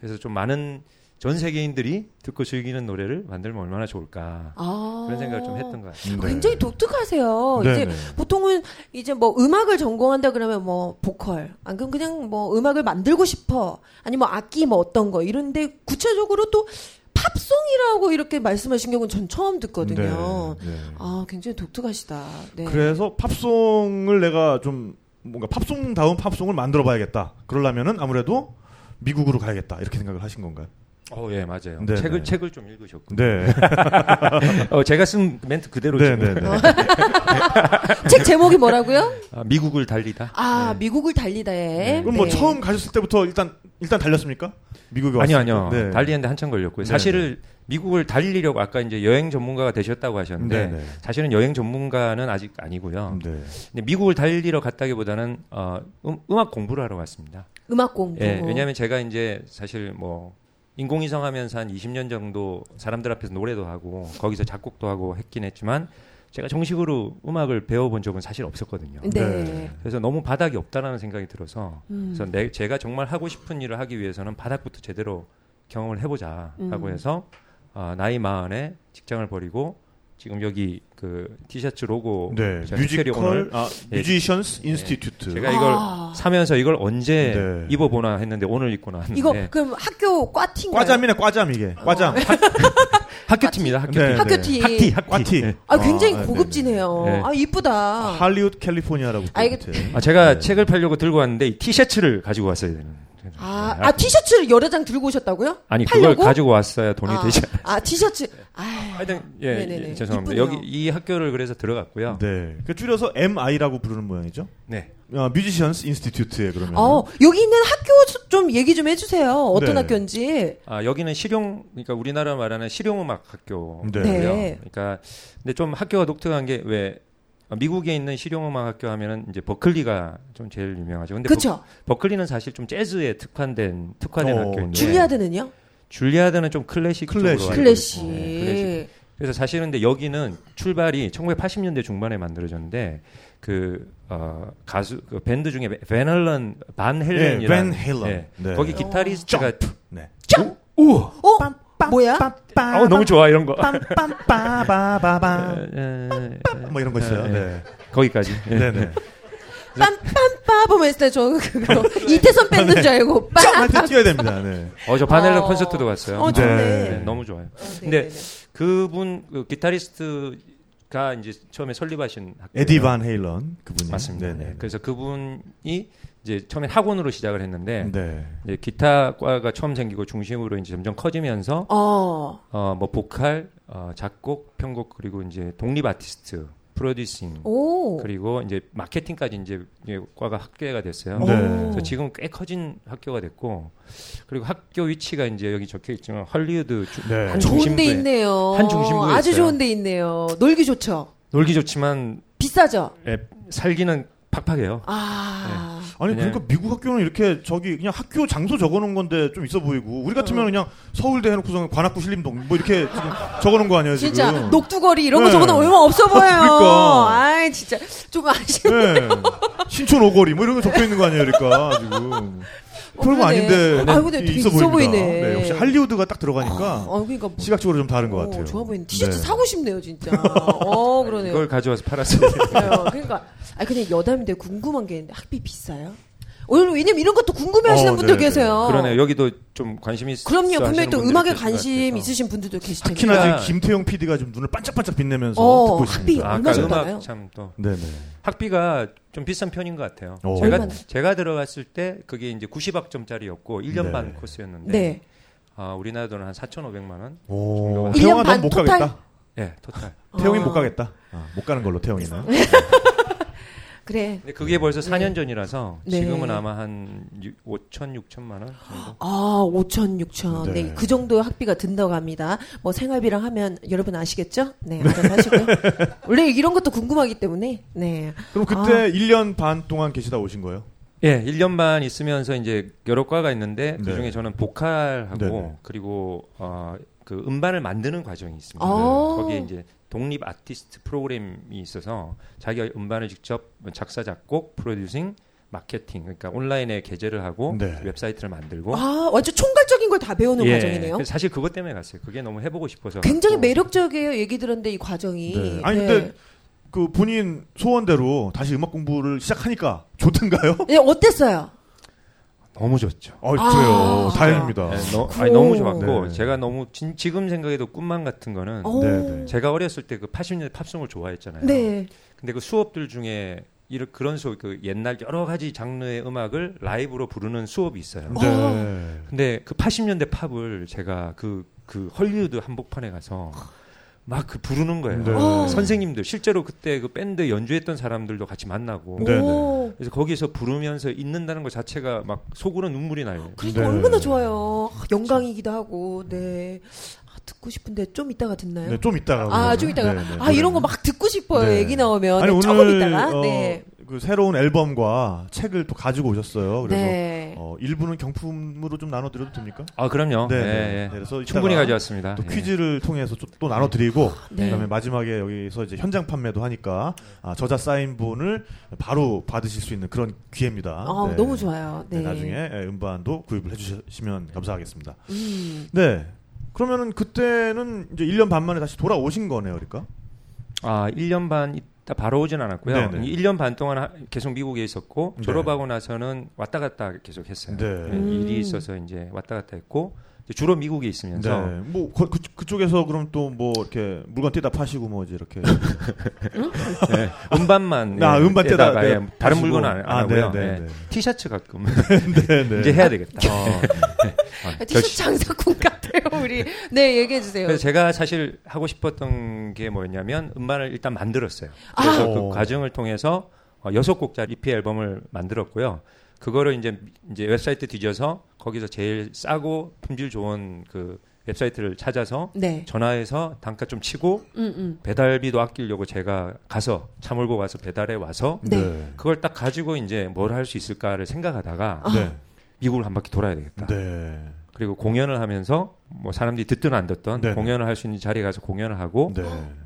그래서 좀 많은 전 세계인들이 듣고 즐기는 노래를 만들면 얼마나 좋을까 아. 그런 생각을 좀 했던 것 같아요. 네. 굉장히 독특하세요. 네, 이제 네. 보통은 이제 뭐 음악을 전공한다 그러면 뭐 보컬, 안 그럼 그냥 뭐 음악을 만들고 싶어, 아니면 뭐 악기 뭐 어떤 거 이런데 구체적으로 또 팝송이라고 이렇게 말씀하신 경우는 전 처음 듣거든요. 네, 네. 아 굉장히 독특하시다. 네. 그래서 팝송을 내가 좀 뭔가 팝송다운 팝송을 만들어 봐야겠다. 그러려면은 아무래도 미국으로 가야겠다. 이렇게 생각을 하신 건가요? 어, 예, 맞아요. 네, 책을 네. 책을 좀 읽으셨고, 네. 어, 제가 쓴 멘트 그대로 네, 지금 네, 어, 네. 책 제목이 뭐라고요? 아, 미국을 달리다. 아 미국을 달리다에. 그럼 뭐 네. 처음 가셨을 때부터 일단 일단 달렸습니까? 미국에 왔을 아니요, 때. 아니요. 네. 달리는데 한참 걸렸고요. 네, 사실은 미국을 달리려고 아까 이제 여행 전문가가 되셨다고 하셨는데 네, 네. 사실은 여행 전문가는 아직 아니고요. 네. 근데 미국을 달리러 갔다기보다는 어, 음, 악 공부를 하러 갔습니다. 음악 공부. 예, 왜냐하면 제가 이제 사실 뭐 인공위성 하면서 한 20년 정도 사람들 앞에서 노래도 하고 거기서 작곡도 하고 했긴 했지만 제가 정식으로 음악을 배워본 적은 사실 없었거든요. 네. 네. 그래서 너무 바닥이 없다라는 생각이 들어서 음. 그래서 내, 제가 정말 하고 싶은 일을 하기 위해서는 바닥부터 제대로 경험을 해보자 라고 음. 해서 아, 나이 마흔에 직장을 버리고 지금 여기 그 티셔츠 로고 네. 제가 뮤지컬 캐리온을 아, 예. 뮤지션스 인스티튜트. 제가 이걸 아. 사면서 이걸 언제 네. 입어보나 했는데 오늘 입고 나왔는데 이거 그럼 학교 꽈팅. 과잠이네, 과잠 이게. 어. 과잠. 학교티입니다 학교티 네. 학교 티. 학티 학티 과티. 네. 아 굉장히 아, 네, 고급지네요. 네. 아 이쁘다. 할리우드 캘리포니아라고. 아, 이게- 붙어있대요. 아, 제가 네. 책을 팔려고 들고 왔는데 이 티셔츠를 가지고 왔어야 되는 아, 아 티셔츠를 여러 장 들고 오셨다고요? 네. 아니 팔려고? 그걸 가지고 왔어야 돈이 아, 되지 아 티셔츠. 아, 하여튼 예, 네네네. 예, 죄송합니다 이쁘네요. 여기 이 학교를 그래서 들어갔고요 네. 그 줄여서 MI라고 부르는 모양이죠. 네. 아, 뮤지션스 인스티튜트에 그러면. 어 여기 있는 학교 수- 좀 얘기 좀 해주세요. 어떤 네. 학교인지. 아 여기는 실용 그러니까 우리나라 말하는 실용음악 학교고요. 네. 네. 그러니까 근데 좀 학교가 독특한 게 왜 미국에 있는 실용음악 학교 하면은 이제 버클리가 좀 제일 유명하죠. 근데 뭐, 그렇죠. 버, 클리는 사실 좀 재즈에 특화된 특화된 어, 학교인데 줄리아드는요? 줄리아드는 좀 클래식. 클래식 쪽으로 알고 클래시. 있고, 네, 클래식. 그래서 사실은 근데 여기는 출발이 1980년대 중반에 만들어졌는데 그 어, 가수 그 밴드 중에 밴 헬런 반 헬런이라는 밴 헬런. 예, 네. 거기 기타리스트가 네. 우와 어 뭐야? 아 너무 좋아 이런 거 빰빰빠바바바. 에, 뭐 이런 거 있어요. 네. 거기까지. 예. 네, 네. 빰빰빠 보면 했을 때저 그거 이태선 뺏는 줄 알고 한테 빰. 뛰어야 됩니다. 네. 어, 저 바넬라 어. 콘서트도 갔어요. 어 좋네. 네. 네, 너무 좋아요. 어, 네, 근데 네, 네. 그분 그 기타리스트가 이제 처음에 설립하신 학교 에디 반 헤일런 그분이. 맞습니다. 네, 네, 네. 그래서 그분이 이제 처음에 학원으로 시작을 했는데 네. 이제 기타과가 처음 생기고 중심으로 이제 점점 커지면서 어. 어, 뭐 보컬, 어, 작곡, 편곡 그리고 이제 독립 아티스트, 프로듀싱 오. 그리고 이제 마케팅까지 이제 이제 과가 학교가 됐어요. 네. 그래서 지금 꽤 커진 학교가 됐고 그리고 학교 위치가 이제 여기 적혀 있지만 헐리우드 주, 네. 좋은 데한 중심부에 있네요. 한 중심부에 아주 있어요. 좋은 데 있네요. 놀기 좋죠. 놀기 좋지만 비싸죠? 예, 살기는 팍팍해요. 네. 아. 아니 그냥- 그러니까 미국 학교는 이렇게 저기 그냥 학교 장소 적어놓은 건데 좀 있어 보이고 우리 같으면 그냥 서울대 해놓고서 관악구 신림동 뭐 이렇게 지금 적어놓은 거 아니에요 지금? 진짜 녹두거리 이런 거 네. 적어도 얼마 없어 보여요. 그러니까. 아이 진짜 조금 아쉽. 네. 신촌 오거리 뭐 이런 거 적혀 있는 거 아니에요, 그러니까 지금 그런 그러네. 거 아닌데 아, 근데 되게 있어 보입니다. 보이네. 네, 역시 할리우드 가 딱 들어가니까 어 그러니까 뭐- 시각적으로 좀 다른 것 어, 같아요. 좋아 보이는 티셔츠 네. 사고 싶네요 진짜. 어 그러네요. 이걸 가져와서 팔았어요. 그래요. 그러니까 아 근데 여담인데 궁금한 게 있는데 학비 비싸요? 오늘 왜냐면 이런 것도 궁금해하시는 어, 분들 네, 네. 계세요. 그러네요. 여기도 좀 관심이 있어 그럼요. 분명히 하시는 또 분들이 음악에 계실 것 관심 같아서. 있으신 분들도 계실 텐데. 특히나 그러니까- 지금 김태형 PD가 좀 눈을 반짝반짝 빛내면서 네. 어, 듣고 학비. 있습니다. 아, 얼마 아까 정도나요? 음악 참또 네네. 학비가 좀 비싼 편인 것 같아요. 오. 제가 얼마나? 제가 들어갔을 때 그게 이제 90학점짜리였고 1년 네. 반 코스였는데 네. 아, 우리나라 돈은 한 4,500만 원. 오, 일년 태형아 반 넌못 토탈? 가겠다. 예, 토탈. 태형이 아. 네. 못 가겠다. 아, 못 가는 걸로 태형이는. 그래. 근데 그게 벌써 4년 전이라서 네. 지금은 아마 한 5천 6천만 원 정도. 아, 5천, 6천. 네. 네. 그 정도의 학비가 든다고 합니다. 뭐 생활비랑 하면 여러분 아시겠죠? 네, 알아서 하시고요. 원래 이런 것도 궁금하기 때문에. 네. 그럼 아. 그때 1년 반 동안 계시다 오신 거예요? 예, 1년 반 있으면서 이제 여러 과가 있는데 그 중에 네. 저는 보컬하고 네네. 그리고 어, 그 음반을 만드는 과정이 있습니다. 아. 거기에 이제 독립 아티스트 프로그램이 있어서 자기 음반을 직접 작사 작곡, 프로듀싱, 마케팅 그러니까 온라인에 게재를 하고 네. 웹사이트를 만들고 아, 완전 총괄적인 걸 다 배우는 예, 과정이네요. 그렇죠. 그래서 사실 그것 때문에 갔어요. 그게 너무 해보고 싶어서. 굉장히 갔고. 매력적이에요. 얘기 들었는데 이 과정이. 네. 아니 근데 그 본인 소원대로 다시 음악 공부를 시작하니까 좋던가요? 네, 어땠어요? 너무 좋죠. 아, 저요. 아. 다행입니다. 네, 너, 그렇구나. 아니, 너무 좋았고 네. 제가 너무 진- 지금 생각해도 꿈만 같은 거는 오. 네. 어, 제가 어렸을 때 그 80년대 팝송을 좋아했잖아요. 어. 네. 근데 그 수업들 중에 이런 그런 수업 그 옛날 여러 가지 장르의 음악을 라이브로 부르는 수업이 있어요. 네. 근데 그 80년대 팝을 제가 그 그 헐리우드 한복판에 가서 막 그 부르는 거예요. 네. 어. 선생님들 실제로 그때 그 밴드 연주했던 사람들도 같이 만나고 네, 네. 오. 그래서 거기서 부르면서 있는다는 것 자체가 막 속으로 눈물이 나요. 그러니까 네. 그렇죠. 얼마나 좋아요. 아, 영광이기도 하고, 네. 아, 듣고 싶은데 좀 이따가 듣나요? 네, 좀 이따가. 아, 그러면. 좀 이따가. 네, 네, 아, 네. 이런 거 막 듣고 싶어요. 네. 얘기 나오면. 아니, 네, 오늘 조금 이따가. 어, 네. 그 새로운 앨범과 책을 또 가지고 오셨어요. 그래서 네. 어, 일부는 경품으로 좀 나눠드려도 됩니까? 아 그럼요. 네, 예, 네. 예. 그래서 이따가 충분히 가져왔습니다. 또 예. 퀴즈를 통해서 또, 또 나눠드리고 네. 그다음에 마지막에 여기서 이제 현장 판매도 하니까 아, 저자 사인본을 바로 받으실 수 있는 그런 기회입니다. 아, 네. 너무 좋아요. 네, 네. 나중에 예, 음반도 구입을 해주시면 감사하겠습니다. 음. 네. 그러면은 그때는 이제 1년 반 만에 다시 돌아오신 거네요, 그러니까? 아, 1년 반 있다 바로 오진 않았고요. 네네. 1년 반 동안 하- 계속 미국에 있었고 네. 졸업하고 나서는 왔다 갔다 계속 했어요. 네. 예, 음. 일이 있어서 이제 왔다 갔다 했고 이제 주로 미국에 있으면서 네. 뭐 그, 그, 그쪽에서 그럼 또 뭐 이렇게 물건 떼다 파시고 뭐 이제 이렇게 예, 음반만 아, 예, 음반 떼다가, 떼다- 예, 떼- 다른 파시고. 물건 안, 안 아, 네, 하고요. 네, 예, 네. 티셔츠 가끔 네, 네. 이제 해야 되겠다. 어, 아, 티셔츠 장사꾼 같아요, 우리. 네, 얘기해주세요. 그래서 제가 사실 하고 싶었던 게 뭐였냐면 음반을 일단 만들었어요. 아. 그래서 오. 그 과정을 통해서 어, 여섯 곡짜리 EP 앨범을 만들었고요. 그거를 이제 이제 웹사이트 뒤져서 거기서 제일 싸고 품질 좋은 그 웹사이트를 찾아서 네. 전화해서 단가 좀 치고 음, 음. 배달비도 아끼려고 제가 가서 차 몰고 가서 배달해 와서 네. 네. 그걸 딱 가지고 이제 뭘 할 수 있을까를 생각하다가 아. 네. 미국을 한 바퀴 돌아야 되겠다. 네. 그리고 공연을 하면서 뭐 사람들이 듣든 안 듣든 네네. 공연을 할 수 있는 자리에 가서 공연을 하고 네.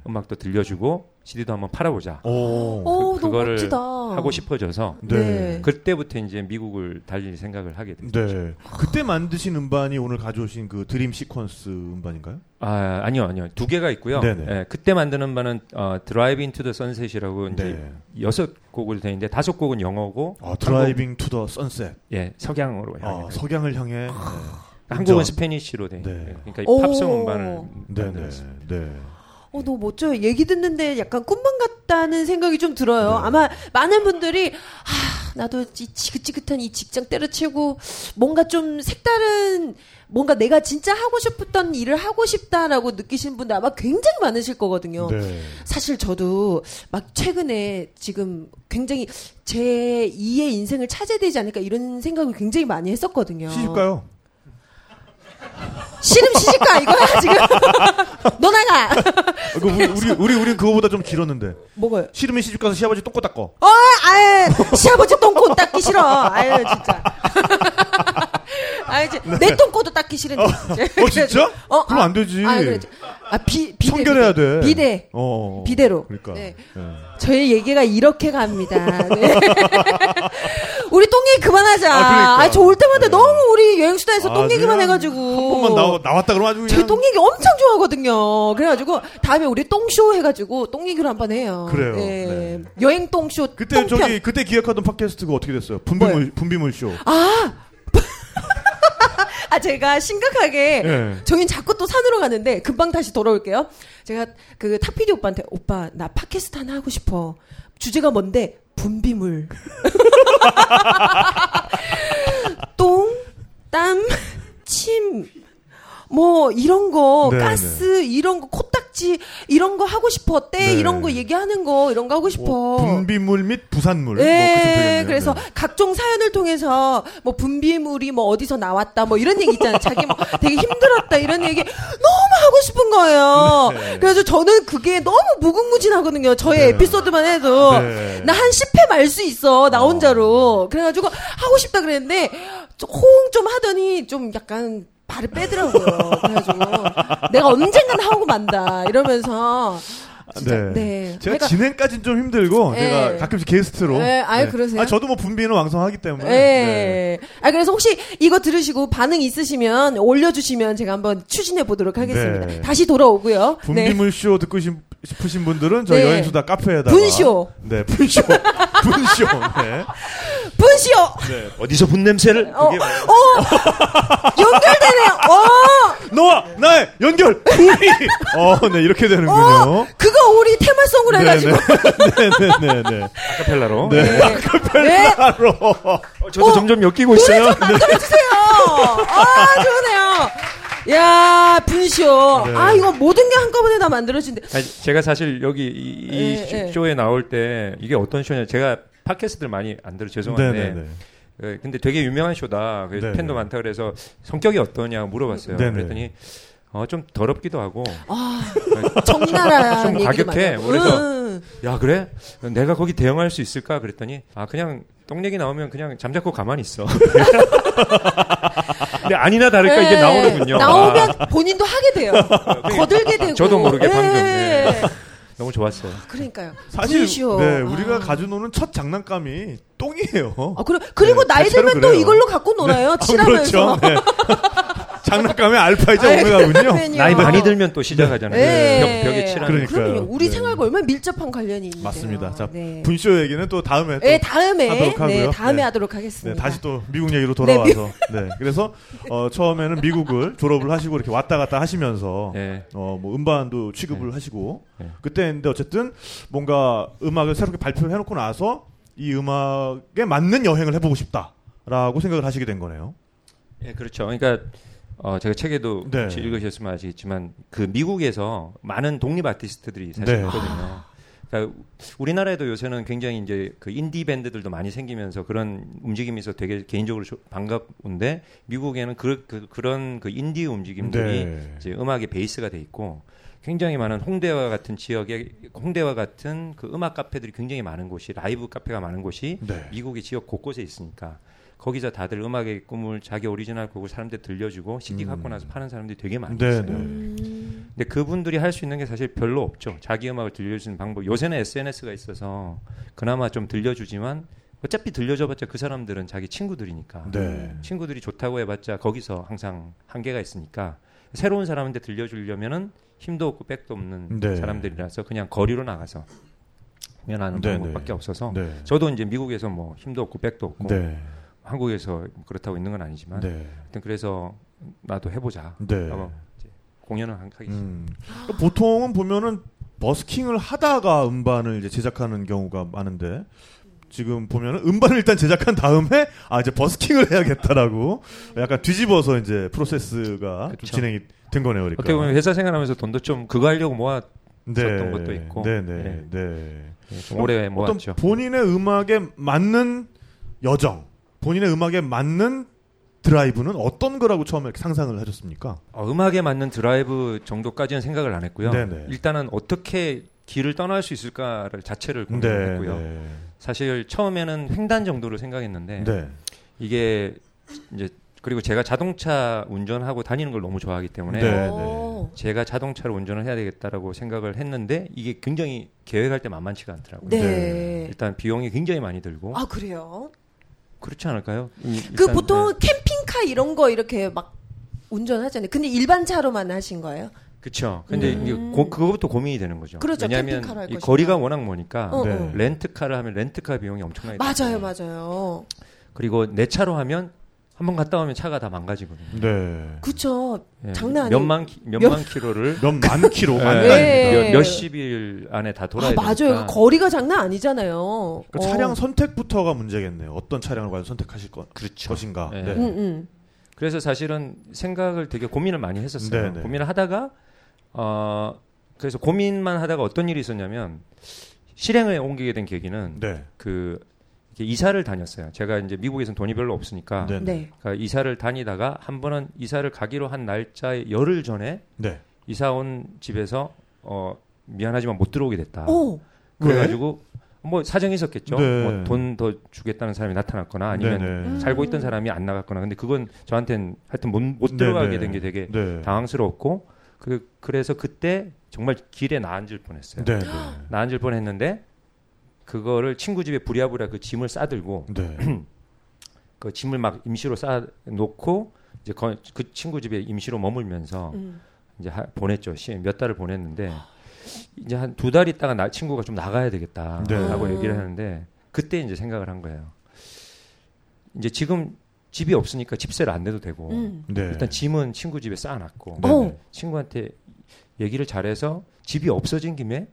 음악도 들려주고 CD도 한번 팔아보자 오. 오, 어, 너무 그거를 멋지다. 하고 싶어져서 네. 그때부터 이제 미국을 달릴 생각을 하게 됐죠. 네. 그때 만드신 음반이 오늘 가져오신 그 드림 시퀀스 음반인가요? 아 아니요 아니요 두 개가 있고요. 네네. 예, 그때 만드는 바는 어, 드라이브 인투 더 선셋이라고 이제 네. 여섯 곡을 되는데 다섯 곡은 영어고 아, 드라이빙 투 더 선셋. 예 서양으로 아, 해요. 석양을 향해. 한국은 운전. 스페니쉬로 돼. 네. 네. 그러니까 이 오. 팝송 음반을 네, 네. 만들었어요. 네. 어, 너무 멋져요. 얘기 듣는데 약간 꿈만 같다는 생각이 좀 들어요. 아마 많은 분들이, 아, 나도 이 지긋지긋한 이 직장 때려치우고 뭔가 좀 색다른, 뭔가 내가 진짜 하고 싶었던 일을 하고 싶다라고 느끼시는 분들 아마 굉장히 많으실 거거든요. 네. 사실 저도 막 최근에 지금 굉장히 제 2의 인생을 찾아야 되지 않을까 이런 생각을 굉장히 많이 했었거든요. 시집가요. 신음 시집가 이거야 지금. 너 나가. 이거 아, 그 우리 우리 우리 우리 그거보다 좀 길었는데. 뭐가요? 시름이 시집 가서 시아버지 똥꼬 닦어. 어, 아예 시아버지 똥꼬 닦기 싫어. 아유 진짜. 아 이제 내 똥꼬도 닦기 싫은데. 네. 어 진짜? 어, 그럼 아, 안 되지. 아, 그래. 아, 비, 비대. 청결해야 돼. 비대. 어, 어. 비대로. 그러니까. 네. 예. 저의 얘기가 이렇게 갑니다. 네. 우리 똥 얘기 그만하자. 아, 그러니까. 아, 저 올 때마다 너무 우리 여행수다에서 아, 똥 얘기만 그냥 해가지고. 한 번만 나와, 나왔다 그러면 아주 제 그냥. 똥 얘기 엄청 좋아하거든요. 그래가지고 다음에 우리 똥쇼 해가지고 똥 얘기를 한 번 해요. 그래요. 예. 네. 여행 똥쇼. 그때 똥편. 저기 그때 기획하던 팟캐스트가 어떻게 됐어요? 분비물 분비물 쇼. 아 제가 심각하게 예. 저희는 자꾸 또 산으로 가는데 금방 다시 돌아올게요. 제가 그 탁피디 오빠한테 오빠 나 팟캐스트 하나 하고 싶어. 주제가 뭔데? 분비물. 똥, 땀, 침. 뭐 이런 거 네, 가스 이런 거 코딱지 이런 거 하고 싶어 때 네. 이런 거 얘기하는 거 이런 거 하고 싶어 뭐 분비물 및 부산물. 뭐 그쯤 예, 되겠네요. 그래서 네. 각종 사연을 통해서 뭐 분비물이 뭐 어디서 나왔다 뭐 이런 얘기 있잖아요. 자기 뭐 되게 힘들었다 이런 얘기 너무 하고 싶은 거예요. 네. 그래서 저는 그게 너무 무궁무진하거든요. 저의 네. 에피소드만 해도 네. 나 한 10회 말 수 있어 나 혼자로. 그래가지고 하고 싶다 그랬는데 좀 호응 좀 하더니 좀 약간 발을 빼더라고요. 그래가지고 내가 언젠간 하고 만다 이러면서 진짜 네. 제가 그러니까 진행까지는 좀 힘들고 예. 제가 가끔씩 게스트로. 예, 아유, 그러세요? 아, 저도 뭐 분비는 왕성하기 때문에. 예. 네. 아 그래서 혹시 이거 들으시고 반응 있으시면 올려주시면 제가 한번 추진해 보도록 하겠습니다. 네. 다시 돌아오고요. 네. 분비물 쇼 듣고 싶- 싶으신 분들은 저 네. 여행수다 카페에다가 분쇼. 네 분쇼 분쇼 네. 분시오. 어디서 분 냄새를? 어, 어. 연결되네요. 어, 너와 나의 연결 분비 어네 이렇게 되는군요 네, 어. 그거 우리 테마송으로 해가지고. 네네네네 아카펠라로. 네. 네. 네. 바로 저도 어. 점점 엮이고 노래 있어요. 좀 만들어주세요. 아 좋네요. 야 분시오. 네. 아 이거 모든 게 한꺼번에 다 만들어진대. 아니, 제가 사실 여기 이, 이 예, 예. 쇼에 나올 때 이게 어떤 쇼냐 제가 팟캐스트를 많이 안 들어 죄송한데 네네네 예, 근데 되게 유명한 쇼다. 그래서 네네. 팬도 많다 그래서 성격이 어떠냐 물어봤어요. 네네. 그랬더니 어, 좀 더럽기도 하고 아 정나라 좀 얘기도 과격해. 많아요. 그래서 응, 응. 야 그래? 내가 거기 대응할 수 있을까? 그랬더니 아 그냥 똥 얘기 나오면 그냥 잠자코 가만히 있어. 근데 아니나 다를까 그러니까 이게 예, 나오는군요. 나오면 아, 그러니까 본인도 하게 돼요. 거들게 되고. 저도 모르게 방금, 예. 예. 너무 좋았어요. 그러니까요. 사실 분쇼. 네 아. 우리가 가져노는 첫 장난감이 똥이에요 아, 그래, 그리고 네, 나이 대체로 들면 또 그래요. 이걸로 갖고 놀아요. 아, 친하면서. 네. 장난감의 알파이자 아이, 오메가군요 그러면요. 네. 나이 많이 들면 또 시작하잖아요. 네. 벽, 벽에 칠하는. 그러니까요. 예. 그럼요. 우리 네. 생활과 얼마나 밀접한 관련이 있는데. 맞습니다 자 네. 분쇼 얘기는 또 다음에 또 네, 다음에. 하도록 하고요. 네, 다음에 네. 하도록 네, 하겠습니다. 다시 또 미국 얘기로 돌아와서. 네, 그래서 어, 처음에는 미국을 졸업을 하시고 이렇게 왔다 갔다 하시면서 예. 어, 뭐 음반도 취급을 하시고 네. 그때인데 어쨌든 뭔가 음악을 새롭게 발표를 해놓고 나서 이 음악에 맞는 여행을 해보고 싶다라고 생각을 하시게 된 거네요. 예, 그렇죠. 그러니까 어, 제가 책에도 네. 혹시 읽으셨으면 아시겠지만 그 미국에서 많은 독립 아티스트들이 사실 네. 있거든요. 그러니까 우리나라에도 요새는 굉장히 이제 그 인디 밴드들도 많이 생기면서 그런 움직임에서 되게 개인적으로 조- 반갑운데 미국에는 그, 런그 인디 움직임들이 네. 이제 음악의 베이스가 돼 있고 굉장히 많은 홍대와 같은 지역에 홍대와 같은 그 음악 카페들이 굉장히 많은 곳이 라이브 카페가 많은 곳이 네. 미국의 지역 곳곳에 있으니까 거기서 다들 음악의 꿈을 자기 오리지널 곡을 사람들 들려주고 음. CD 갖고 나서 파는 사람들이 되게 네, 많았어요. 근데 그분들이 할 수 있는 게 사실 별로 없죠. 자기 음악을 들려주는 방법. 요새는 SNS가 있어서 그나마 좀 들려주지만 어차피 들려줘봤자 그 사람들은 자기 친구들이니까 네. 친구들이 좋다고 해봤자 거기서 항상 한계가 있으니까 새로운 사람한테 들려주려면은 힘도 없고 백도 없는 네. 사람들이라서 그냥 거리로 나가서 공연하는 네, 방법밖에 네. 없어서 네. 저도 이제 미국에서 뭐 힘도 없고 백도 없고 네. 한국에서 그렇다고 있는 건 아니지만 네. 하여튼 그래서 나도 해보자. 네. 아마 뭐 이제 공연을 한- 하겠습니다. 음. 보통은 보면은 버스킹을 하다가 음반을 이제 제작하는 경우가 많은데 지금 보면은 음반을 일단 제작한 다음에 아 이제 버스킹을 해야겠다라고 약간 뒤집어서 이제 프로세스가 좀 그쵸. 진행이 된 거네요, 그러니까. 어떻게 보면 회사 생활하면서 돈도 좀 그거 하려고 모아 썼던 것도 있고. 네, 네, 네. 뭐 네. 좀 오래 어떤 모았죠. 본인의 음악에 맞는 여정, 본인의 음악에 맞는 드라이브는 어떤 거라고 처음에 이렇게 상상을 하셨습니까? 어, 음악에 맞는 드라이브 정도까지는 생각을 안 했고요. 네네. 일단은 어떻게 길을 떠날 수 있을까를 자체를 고민했고요. 네. 사실 처음에는 횡단 정도를 생각했는데 네. 이게 이제 그리고 제가 자동차 운전하고 다니는 걸 너무 좋아하기 때문에 네, 오. 제가 자동차로 운전을 해야 되겠다라고 생각을 했는데 이게 굉장히 계획할 때 만만치가 않더라고요. 네. 네. 일단 비용이 굉장히 많이 들고 아 그래요? 그렇지 않을까요? 이- 그 일단, 보통 네. 캠핑카 이런 거 이렇게 막 운전하잖아요. 근데 일반 차로만 하신 거예요? 그쵸. 근데 음. 이게 고- 그거부터 고민이 되는 거죠. 그렇죠. 왜냐하면 캠핑카로 할 이 것이다. 거리가 워낙 머니까 어, 네. 어. 렌트카를 하면 렌트카 비용이 엄청나게 맞아요, 들고 맞아요. 그리고 내 차로 하면 한 번 갔다 오면 차가 다 망가지거든요. 네. 그쵸. 예, 장난 아니에요. 몇만 키- 몇만 킬로를 몇만 킬로 만 예, 네. 단위입니다. 몇- 몇십 일 안에 다 돌아야 아, 맞아요. 되니까. 그 거리가 장난 아니잖아요. 그러니까 어. 차량 선택부터가 문제겠네요. 어떤 차량을 과연 선택하실 것 것인가. 네. 네. 음, 음. 그래서 사실은 생각을 되게 고민을 많이 했었어요. 네네. 고민을 하다가 어 그래서 고민만 하다가 어떤 일이 있었냐면 실행에 옮기게 된 계기는 네. 그 이렇게 이사를 다녔어요. 제가 이제 미국에선 돈이 별로 없으니까 네. 네. 네. 그러니까 이사를 다니다가 한 번은 이사를 가기로 한 날짜의 열흘 전에 네. 이사 온 집에서 어 미안하지만 못 들어오게 됐다. 오. 그래가지고 뭐 사정이 있었겠죠. 뭐 네. 돈 더 주겠다는 사람이 나타났거나 아니면 네. 음. 살고 있던 사람이 안 나갔거나 근데 그건 저한테는 하여튼 못, 못 네, 들어가게 네. 된 게 되게 네. 당황스러웠고 그, 그래서 그때 정말 길에 나앉을 뻔했어요. 네. 네. 나앉을 뻔했는데 그거를 친구 집에 부랴부랴 그 짐을 싸들고 네. 그 짐을 막 임시로 싸 놓고 이제 거- 그 친구 집에 임시로 아. 머물면서 음. 이제 하- 보냈죠. 시- 몇 달을 보냈는데 이제 한 두 달 있다가 나 친구가 좀 나가야 네. 되겠다라고 얘기를 하는데 그때 이제 생각을 한 거예요. 이제 지금 집이 없으니까 집세를 안 내도 되고 음. 네. 일단 짐은 친구 집에 쌓아놨고 네. 어. 친구한테 얘기를 잘해서 집이 없어진 김에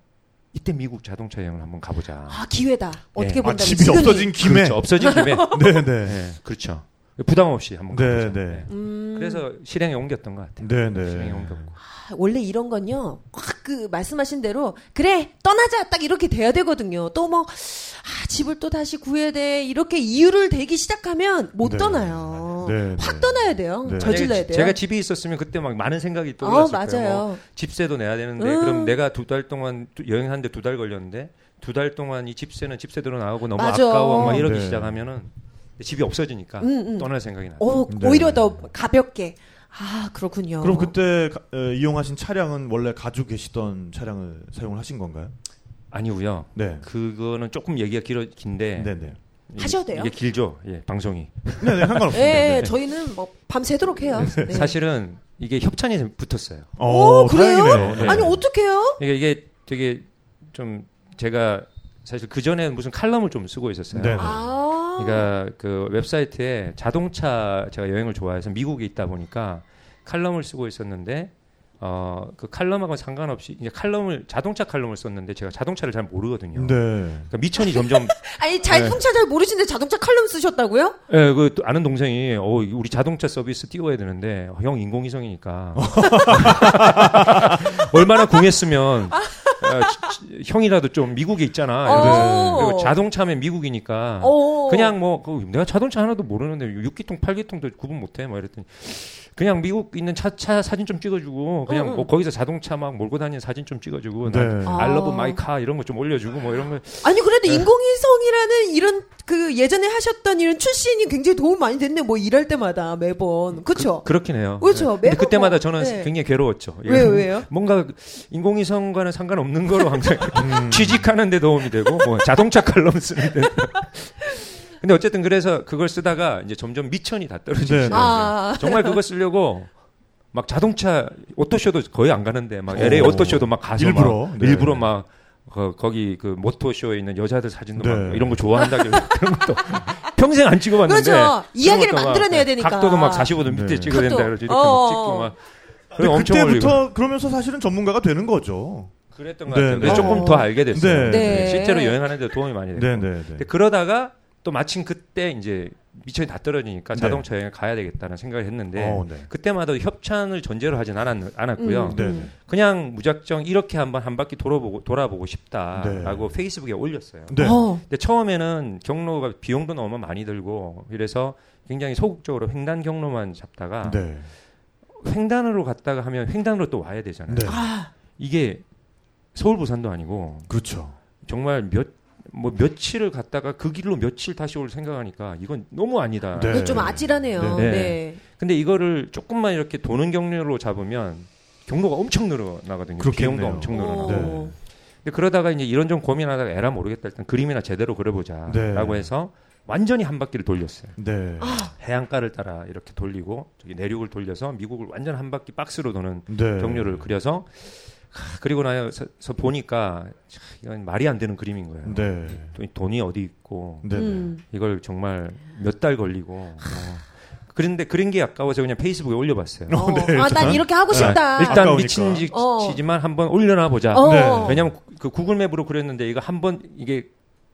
이때 미국 자동차 여행을 한번 가보자. 아, 기회다. 어떻게 예. 아, 본다면 집이 지금이. 없어진 김에. 그렇죠. 없어진 김에 네, 네. 네, 그렇죠. 부담 없이 한번 네, 가보자. 네. 네. 음. 그래서 실행에 옮겼던 것 같아요. 네, 네. 실행에 옮겼고. 아, 원래 이런 건요, 확 그 말씀하신 대로, 그래, 떠나자! 딱 이렇게 돼야 되거든요. 또 뭐, 아, 집을 또 다시 구해야 돼. 이렇게 이유를 대기 시작하면 못 네. 떠나요. 네, 확 네. 떠나야 돼요. 네. 저질러야 제가, 돼요. 제가 집이 있었으면 그때 막 많은 생각이 어, 떠올랐을 거예요. 맞아요. 뭐 집세도 내야 되는데 음. 그럼 내가 두 달 동안 두- 여행하는데 두 달 걸렸는데 두 달 동안 이 집세는 집세대로 나오고 너무 맞아. 까워막 이러기 네. 시작하면은 집이 없어지니까 음, 음. 뭐, 떠날 생각이 나. 어, 네. 오히려 더 가볍게. 아, 그렇군요. 그럼 그때 가- 에, 이용하신 차량은 원래 가지고 계시던 차량을 사용을 하신 건가요? 아니고요. 네. 그거는 조금 얘기가 길어 긴데 네, 네. 이게- 하셔도 돼요? 이게 길죠. 예, 방송이. 네, 네. 상관없습니다. 예, 네. 저희는 뭐, 밤새도록 해요. 네. 사실은 이게 협찬이 붙었어요. 오, 그래요? 다행이네요. 네. 아니, 어떡해요? 그러니까 이게 되게 좀 제가 사실 그 전에 무슨 칼럼을 좀 쓰고 있었어요. 네. 아. 그러니까 그 웹사이트에 자동차 제가 여행을 좋아해서 미국에 있다 보니까 칼럼을 쓰고 있었는데 어 그 칼럼하고 상관없이 이제 칼럼을 자동차 칼럼을 썼는데 제가 자동차를 잘 모르거든요. 네. 그러니까 미천이 점점 아니, 네. 자동차 잘 모르시는데 자동차 칼럼 쓰셨다고요? 예, 그 아는 동생이 어 우리 자동차 서비스 띄워야 되는데 어, 형 인공위성이니까 얼마나 궁했으면 아, 지- 지- 형이라도 좀 미국에 있잖아. 네. 어. 그리고 자동차면 미국이니까 어. 그냥 뭐 그, 내가 자동차 하나도 모르는데 6기통 8기통도 구분 못해 막 이랬더니 그냥 미국 있는 차, 차 사진 좀 찍어주고 그냥 응, 뭐 거기서 자동차 막 몰고 다니는 사진 좀 찍어주고 네. 난 아. I love my car 이런 거 좀 올려주고 뭐 이런 거 아니 그래도 인공위성이라는 이런 그 예전에 하셨던 이런 출신이 굉장히 도움 많이 됐네 뭐 일할 때마다 매번 그쵸 음, 그렇긴 해요. 그렇죠. 네. 근데 매번 그때마다 뭐, 저는 네. 굉장히 괴로웠죠. 예. 왜요, 왜요? 뭔가 인공위성과는 상관없는 거로 항상 음. 취직하는 데 도움이 되고 뭐 자동차 칼럼 쓰는데. 근데 어쨌든 그래서 그걸 쓰다가 이제 점점 미천이 다 네, 떨어지죠. 네. 아. 정말 그거 쓰려고 막 자동차 오토쇼도 거의 안 가는데 막 오. LA 오토쇼도 막 가서 어. 일부러? 막 네. 일부러 막 거, 거기 그 모토쇼에 있는 여자들 사진도 네. 막 이런 거 좋아한다 그래서 그런 것도 평생 안 찍어봤는데 그렇죠. 이야기를 그런 것도 막 네. 만들어내야 되니까. 각도도 막 45도 밑에 네. 찍어야 된다 각도. 그러지 이렇게 어어. 막 찍고 막 근데 엄청 그때부터 그러면서 사실은 전문가가 되는 거죠. 그랬던 것 네, 같아요. 근데 네. 조금 더 알게 네. 됐어요. 네. 예. 실제로 여행하는 데 도움이 많이 됐고 네, 네, 네. 근데 그러다가 또 마침 그때 이제 미천이 다 떨어지니까 네. 자동차 여행을 가야 되겠다는 생각을 했는데 어, 네. 그때마다 협찬을 전제로 하진 않았, 않았고요. 음. 네. 네. 그냥 무작정 이렇게 한번 한 바퀴 돌아보고 돌아보고 싶다라고 페이스북에 올렸어요. 네. 어. 근데 처음에는 경로가 비용도 너무 많이 들고 이래서 굉장히 소극적으로 횡단 경로만 잡다가 네. 횡단으로 갔다가 하면 횡단으로 또 와야 되잖아요. 네. 아, 이게 서울 부산도 아니고 그렇죠. 정말 몇 뭐 며칠을 갔다가 그 길로 며칠 다시 올 생각하니까 이건 너무 아니다. 네. 이거 좀 아찔하네요. 네. 네. 근데 이거를 조금만 이렇게 도는 경로로 잡으면 경로가 엄청 늘어나거든요. 그렇겠네요. 비용도 음. 엄청 늘어나. 어. 고 근데 그러다가 이제 이런 좀 고민하다가 에라 모르겠다 일단 그림이나 제대로 네. 그려보자라고 해서 완전히 한 바퀴를 돌렸어요. 네. 아. 해안가를 따라 이렇게 돌리고 저기 내륙을 돌려서 미국을 완전 한 바퀴 박스로 도는 네. 경로를 그려서 하, 그리고 나서 보니까 참 이건 말이 안 되는 그림인 거예요. 네. 또 돈이 어디 있고 네. 네. 음. 이걸 정말 몇 달 걸리고 어. 그런데 그런 게 아까워서 그냥 페이스북에 올려봤어요. 어. 네, 아, 난 일단. 이렇게 하고 싶다. 일단 아까우니까. 미친 짓- 어. 짓이지만 한번 올려놔 보자. 어. 네. 왜냐면 구- 그 구글맵으로 그렸는데 이거 한번 이게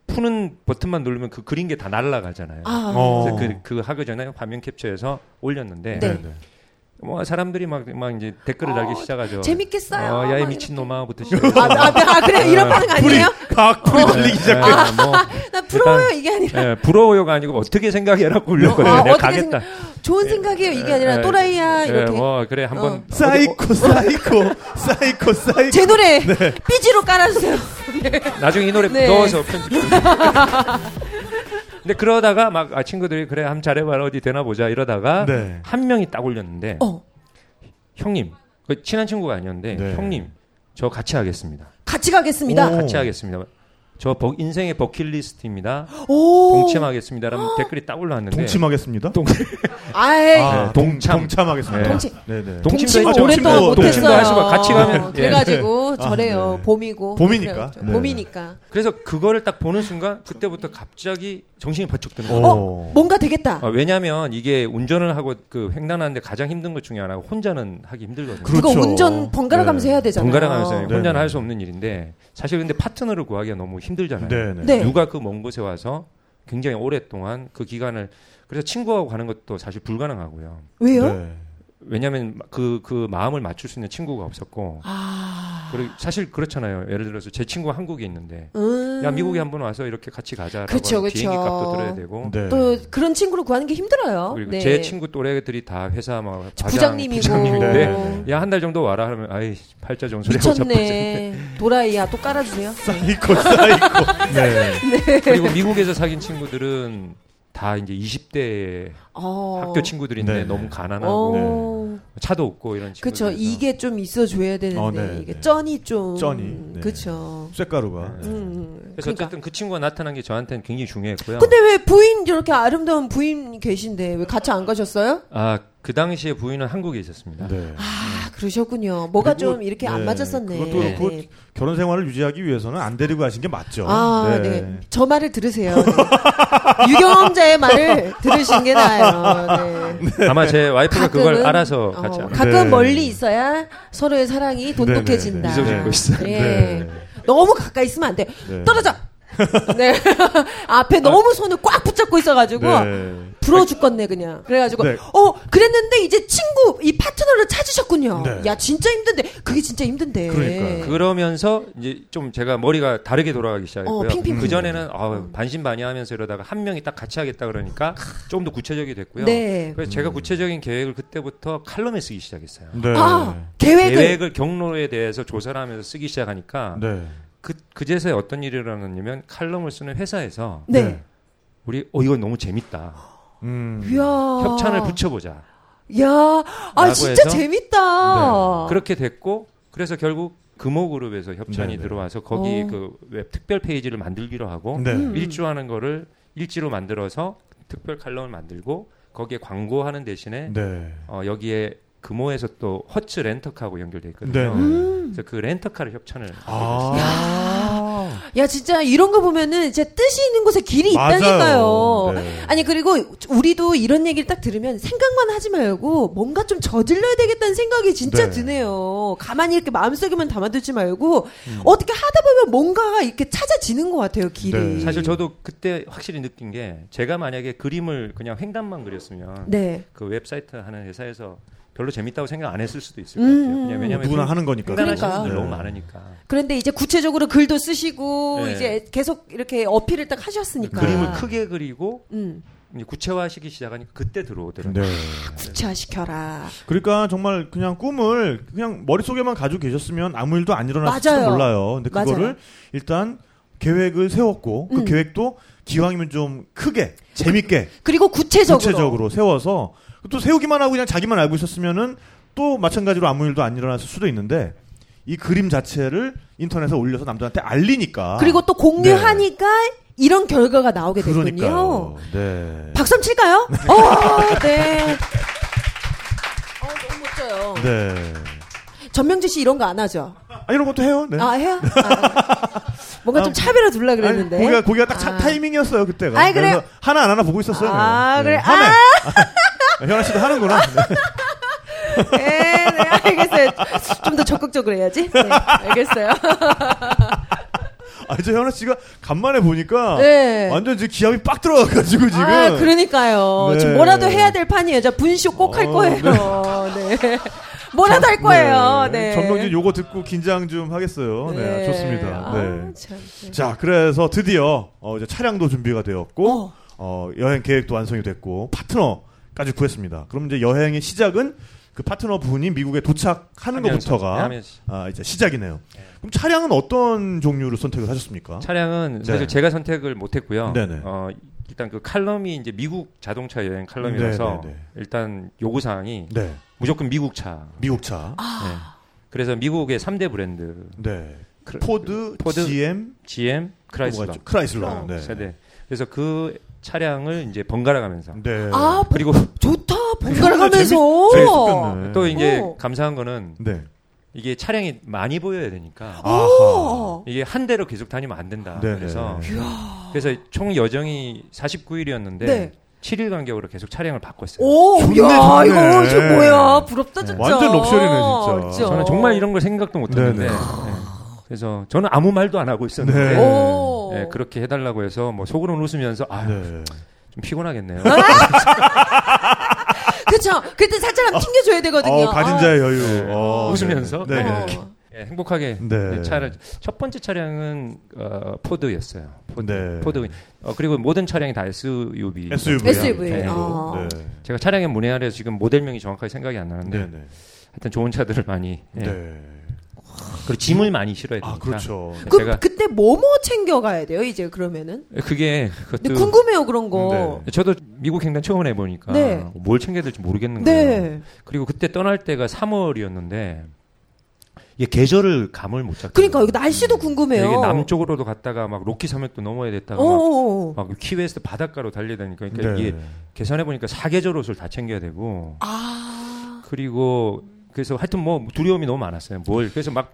푸는 버튼만 누르면 그 그린 게 다 날아가잖아요. 아, 어. 그래서 그, 그 하기 전에 화면 캡처해서 올렸는데 네. 네. 뭐 사람들이 막 막 이제 댓글을 달기 어, 시작하죠. 재밌겠어요. 어, 막 야이 이렇게. 미친놈아부터 아, 아, 아, 그래 어. 이런 반응 아니에요? 어. 각 불이 들리기 시작. 시작해. 뭐 나 부러워요 일단- 이게 아니라 예, 부러워요가 아니고 어떻게 생각해라고 울렸거든요. 어, 내가 어떻게 가겠다. 좋은 생각이에요 이게 아니라 예, 또라이야 예, 이렇게 뭐 그래 한번 어디- 사이코 사이코 사이코 사이코. 제 노래 네. 삐지로 깔아주세요. 나중에 이 노래 네. 넣어서 편집. 좀. 근데 그러다가 막 아, 친구들이 그래 한번 잘해봐라 어디 되나 보자 이러다가 네. 한 명이 딱 올렸는데 어 형님 그 친한 친구가 아니었는데 네. 어. 형님 저 같이 하겠습니다. 같이 가겠습니다. 오. 같이 하겠습니다. 저 버- 인생의 버킷리스트입니다. 오, 동참하겠습니다라는 댓글이 딱 올라왔는데 동침하겠습니다. 동- 네. 아이 아, 동, 동참. 동참하겠습니다. 네. 네. 동침. 네, 네. 동침 동침도 하죠. 오랫동안 동침도- 못했어요. 동침도 할 수가 같이 가면 예. 그래가지고 네. 저래요. 아, 네. 봄이고 봄이니까. 그래요. 네. 봄이니까 그래서 그거를 딱 보는 순간 그때부터 갑자기 정신이 번쩍 드는 오. 거예요. 어 뭔가 되겠다. 아, 왜냐하면 이게 운전을 하고 그 횡단하는데 가장 힘든 것 중에 하나가 혼자는 하기 힘들거든요. 그렇- 그거 그렇죠. 운전 번갈아 가면서 네. 해야 되잖아요. 번갈아 가면서 네. 혼자는 할 수 없는 일인데 사실 근데 파트너를 구하기가 너무 힘들잖아요. 네, 네. 네. 누가 그 먼 곳에 와서 굉장히 오랫동안 그 기간을 그래서 친구하고 가는 것도 사실 불가능하고요. 왜요? 네. 왜냐하면 그 그 마음을 맞출 수 있는 친구가 없었고 아, 그리고 사실 그렇잖아요. 예를 들어서 제 친구가 한국에 있는데 음. 야 미국에 한번 와서 이렇게 같이 가자라고 그쵸, 하면 그쵸. 비행기 값도 들어야 되고 네. 또 그런 친구를 구하는 게 힘들어요. 그리고 네. 제 친구 또래들이 다 회사 막 저 과장, 부장님이고 부장님인데 네. 야 한 달 정도 와라 하면 아이 팔자 정소리 미쳤네. 도라이야 또 깔아주세요. 네. 사이코 사이코. 네. 그리고 미국에서 사귄 친구들은 다 이제 20대 어. 학교 친구들인데 네. 너무 가난하고 어. 차도 없고 이런 친구들 그쵸 이게 좀 있어줘야 되는데 어, 네, 이게 네. 쩐이 좀 쩐이, 네. 그쵸. 쇳가루가. 네. 음, 그래서 그러니까. 어쨌든 그 친구가 나타난 게 저한테는 굉장히 중요했고요. 근데 왜 부인 이렇게 아름다운 부인 계신데 왜 같이 안 가셨어요? 아그 당시에 부인은 한국에 있었습니다. 네. 아 그러셨군요. 뭐가 그리고, 좀 이렇게 네, 안 맞았었네. 그것도 그렇고 네. 결혼 생활을 유지하기 위해서는 안 데리고 가신 게 맞죠. 아, 네. 저 말을 들으세요. 유경험자의 말을 들으신 게 나아요. 네. 아마 제 와이프가 그걸 가끔은, 알아서 어, 같이 안 가끔 네. 멀리 있어야 서로의 사랑이 돈독해진다. 네, 네, 네. 잊어지고 있어요. 예. 네. 너무 가까이 있으면 안 돼. 네. 떨어져. 네. 앞에 너무 손을 꽉 붙잡고 있어가지고 네. 부러워 죽겠네 그냥 그래가지고 네. 어 그랬는데 이제 친구 이 파트너를 찾으셨군요 네. 야 진짜 힘든데 그게 진짜 힘든데 그러니까요. 그러면서 이제 좀 제가 머리가 다르게 돌아가기 시작했고요. 네. 어, 핑핑 음. 그 전에는 반신반의하면서 이러다가 한 명이 딱 같이 하겠다 그러니까 좀 더 구체적이 됐고요. 네. 그래서 제가 구체적인 계획을 그때부터 칼럼에 쓰기 시작했어요. 네. 아 계획을 계획을 경로에 대해서 조사를 하면서 쓰기 시작하니까 네. 그 그제서야 어떤 일이 일어났냐면 칼럼을 쓰는 회사에서 네. 네. 우리 어 이건 너무 재밌다. 음. 이야 협찬을 붙여보자. 야아 라고 진짜 네. 해서? 재밌다 그렇게 됐고 그래서 결국 금호그룹에서 협찬이 네네. 들어와서 거기 어. 그 웹 특별 페이지를 만들기로 하고 네. 음. 일주하는 거를 일지로 만들어서 특별 칼럼을 만들고 거기에 광고하는 대신에 네. 어, 여기에 금호에서 또 허츠 음. 네. 렌터카하고 연결돼 있거든요. 네. 그래서 그 렌터카를 협찬을 아. 야 진짜 이런 거 보면은 진짜 뜻이 있는 곳에 길이 맞아요. 있다니까요. 네. 아니 그리고 우리도 이런 얘기를 딱 들으면 생각만 하지 말고 뭔가 좀 저질러야 되겠다는 생각이 진짜 네. 드네요. 가만히 이렇게 마음속에만 담아두지 말고 어떻게 하다 보면 뭔가가 이렇게 찾아지는 것 같아요 길이. 네. 사실 저도 그때 확실히 느낀 게 제가 만약에 그림을 그냥 횡단만 그렸으면 네. 그 웹사이트 하는 회사에서 별로 재밌다고 생각 안 했을 수도 있을 음, 것 같아요. 그냥 음. 왜냐면 누구나 하는 거니까. 횡단하시는 그러니까. 분들 너무 네. 많으니까. 그런데 이제 구체적으로 글도 쓰시고 네. 이제 계속 이렇게 어필을 딱 그러니까. 하셨으니까. 그림을 크게 그리고 음, 이제 구체화시키 시작하니까 그때 들어오더라고요. 네. 구체화시켜라. 그러니까 정말 그냥 꿈을 그냥 머릿속에만 가지고 계셨으면 아무 일도 안 일어났을지 맞아요. 몰라요. 근데 그거를 맞아요. 일단 계획을 세웠고 그 음. 계획도 기왕이면 좀 크게 재밌게 그리고 구체적으로. 구체적으로 세워서 또 세우기만 하고 그냥 자기만 알고 있었으면은 또 마찬가지로 아무 일도 안 일어났을 수도 있는데 이 그림 자체를 인터넷에 올려서 남들한테 알리니까 그리고 또 공유하니까 이런 결과가 나오게 됐군요. 그러니까요. 네. 박수 한번 칠까요? 어, 네. 어, 너무 멋져요. 네. 전명진 씨 이런 거 안 하죠? 아 이런 것도 해요. 네. 아, 해요? 아, 뭔가 좀 차별화 둘라 그랬는데. 아니, 고기가 고기가 딱 차- 아. 타이밍이었어요 그때가. 아이, 그래요? 그래서 하나 안 하나 보고 있었어요. 아, 내가. 그래. 화내. 아, 현아 씨도 하는구나. 네. 네, 네, 알겠어요. 좀 더 적극적으로 해야지. 네, 알겠어요. 아, 이제 현아 씨가 간만에 보니까 네. 완전 지금 기합이 빡 들어가가지고 지금. 아, 그러니까요. 네. 지금 뭐라도 해야 될 판이에요. 저 분쇼 꼭 할 어, 거예요. 네. 뭐라도 할 거예요. 네. 전명진 요거 듣고 긴장 좀 하겠어요. 네, 네. 좋습니다. 아, 네. 참. 자, 그래서 드디어 어, 이제 차량도 준비가 되었고 어. 어, 여행 계획도 완성이 됐고 파트너까지 구했습니다. 그럼 이제 여행의 시작은 그 파트너 분이 미국에 도착하는 하면서, 네, 그러니까 것부터가 하면서. 아, 이제 시작이네요. 그럼 차량은 어떤 종류를 선택을 하셨습니까? 차량은 네. 사실 제가 선택을 못했고요. 네네. 어, 일단 그 칼럼이 이제 미국 자동차 여행 칼럼이라서 네네네. 일단 요구 사항이 네, 무조건 미국 차. 미국 차. 아. 네. 그래서 미국의 3대 브랜드 네, 크라- 포드, 포드, GM, GM, 크라이슬러 어, 뭐가 있죠? 크라이슬러. 네. 세대. 그래서 그 차량을 이제 번갈아 가면서 네. 아, 그리고 좋다. 번갈아 가면서. 재밌- 재밌었겠네. 또 이제 오. 감사한 거는 네. 이게 차량이 많이 보여야 아, 되니까 어. 아하. 이게 한 대로 계속 다니면 안 된다. 네네. 그래서 그래서 총 여정이 49일이었는데 네. 7일 간격으로 계속 차량을 바꿨어요. 오, 좋네, 야, 좋네. 네, 이거 이게 뭐야? 부럽다 진짜. 그렇죠. 완전 럭셔리네, 진짜. 그죠? 저는 정말 이런 걸 생각도 못했는데 네네. 네. 그래서 저는 아무 말도 안 하고 있었는데 네. 오. 네, 그렇게 해달라고 해서 뭐 속으로는 웃으면서 아 좀 네. 피곤하겠네요. 아. 그쵸. 그때 살짝 한번 튕겨줘야 되거든요. 어, 가진 자의 여유. 네. 어, 웃으면서 네. 네. 어. 예, 행복하게 네. 내 차를 첫 번째 차량은 어, 포드였어요. 포드. 네. 포드. 어, 그리고 모든 차량이 다 SUV. SUV. SUV. 네. 아. 네. 제가 차량의 문해하려 지금 모델명이 정확하게 생각이 안 나는데 네. 네. 하여튼 좋은 차들을 많이 예. 네. 그리고 짐을 많이 실어야 되니까. 아, 그렇죠. 그, 제가 그때 뭐뭐 챙겨가야 돼요, 이제 그러면은? 그게 근데 그것도 궁금해요, 그런 거. 저도 미국 횡단 처음 해보니까 네. 뭘 챙겨야 될지 모르겠는 거예요. 네. 그리고 그때 떠날 때가 3월이었는데 이게 계절을 감을 못 잡고. 그러니까, 여기 날씨도 궁금해요. 이게 남쪽으로도 갔다가 막 로키 산맥도 넘어야 됐다가 막 어어어. 막 키웨스트 바닷가로 달려야 되니까 그러니까 네. 이게 계산해 보니까 사계절 옷을 다 챙겨야 되고 아. 그리고 그래서 하여튼 뭐 두려움이 너무 많았어요. 뭘 그래서 막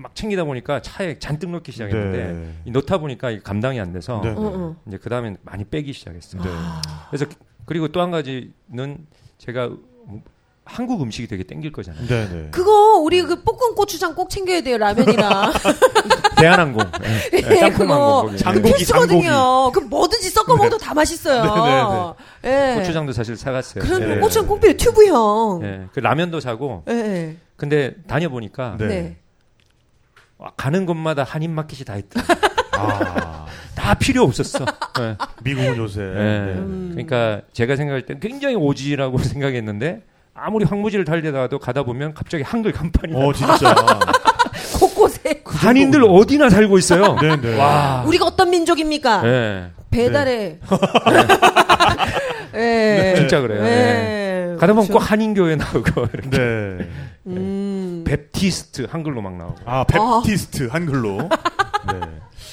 막 챙기다 보니까 차에 잔뜩 넣기 시작했는데 네. 이 넣다 보니까 이게 감당이 안 돼서 네. 어, 어. 아. 이제 그 다음에 많이 빼기 시작했어요. 네. 그래서 그리고 또 한 가지는 제가 한국 음식이 되게 땡길 거잖아요. 네. 네. 그거, 우리 그 볶은 고추장 꼭 챙겨야 돼요, 라면이나. 대한항공, 예, 예, 예, 땅콩 그거. 항공, 거기. 네, 장고- 고기, 네. 필수거든요. 그럼 뭐든지 섞어 먹어도 다 맛있어요. 예. 고추장도 사실 사갔어요. 그런 네. 고추장 꼭 필요, 튜브형. 예. 예, 그 라면도 사고 예. 근데 다녀보니까 네. 네. 와, 가는 곳마다 한인 마켓이 다 있다. 아, 다 필요 없었어. 예. 미국은 요새. 예. 네. 음. 그러니까 제가 생각할 때 굉장히 오지라고 생각했는데 아무리 황무지를 달리다가도 가다 보면 갑자기 한글 간판이 나- 어, 진짜. 곳곳에. 한인들 어디나 살고 있어요. 네, 네. 와. 우리가 어떤 민족입니까? 예. 배달에. 네. 예. 진짜 그래요. 네. 예. 가다 보면 그렇죠. 꼭 한인교회 나오고 이렇게 네. 음. 뱁티스트 한글로 막 나오고. 아, 베프티스트 한글로. 네.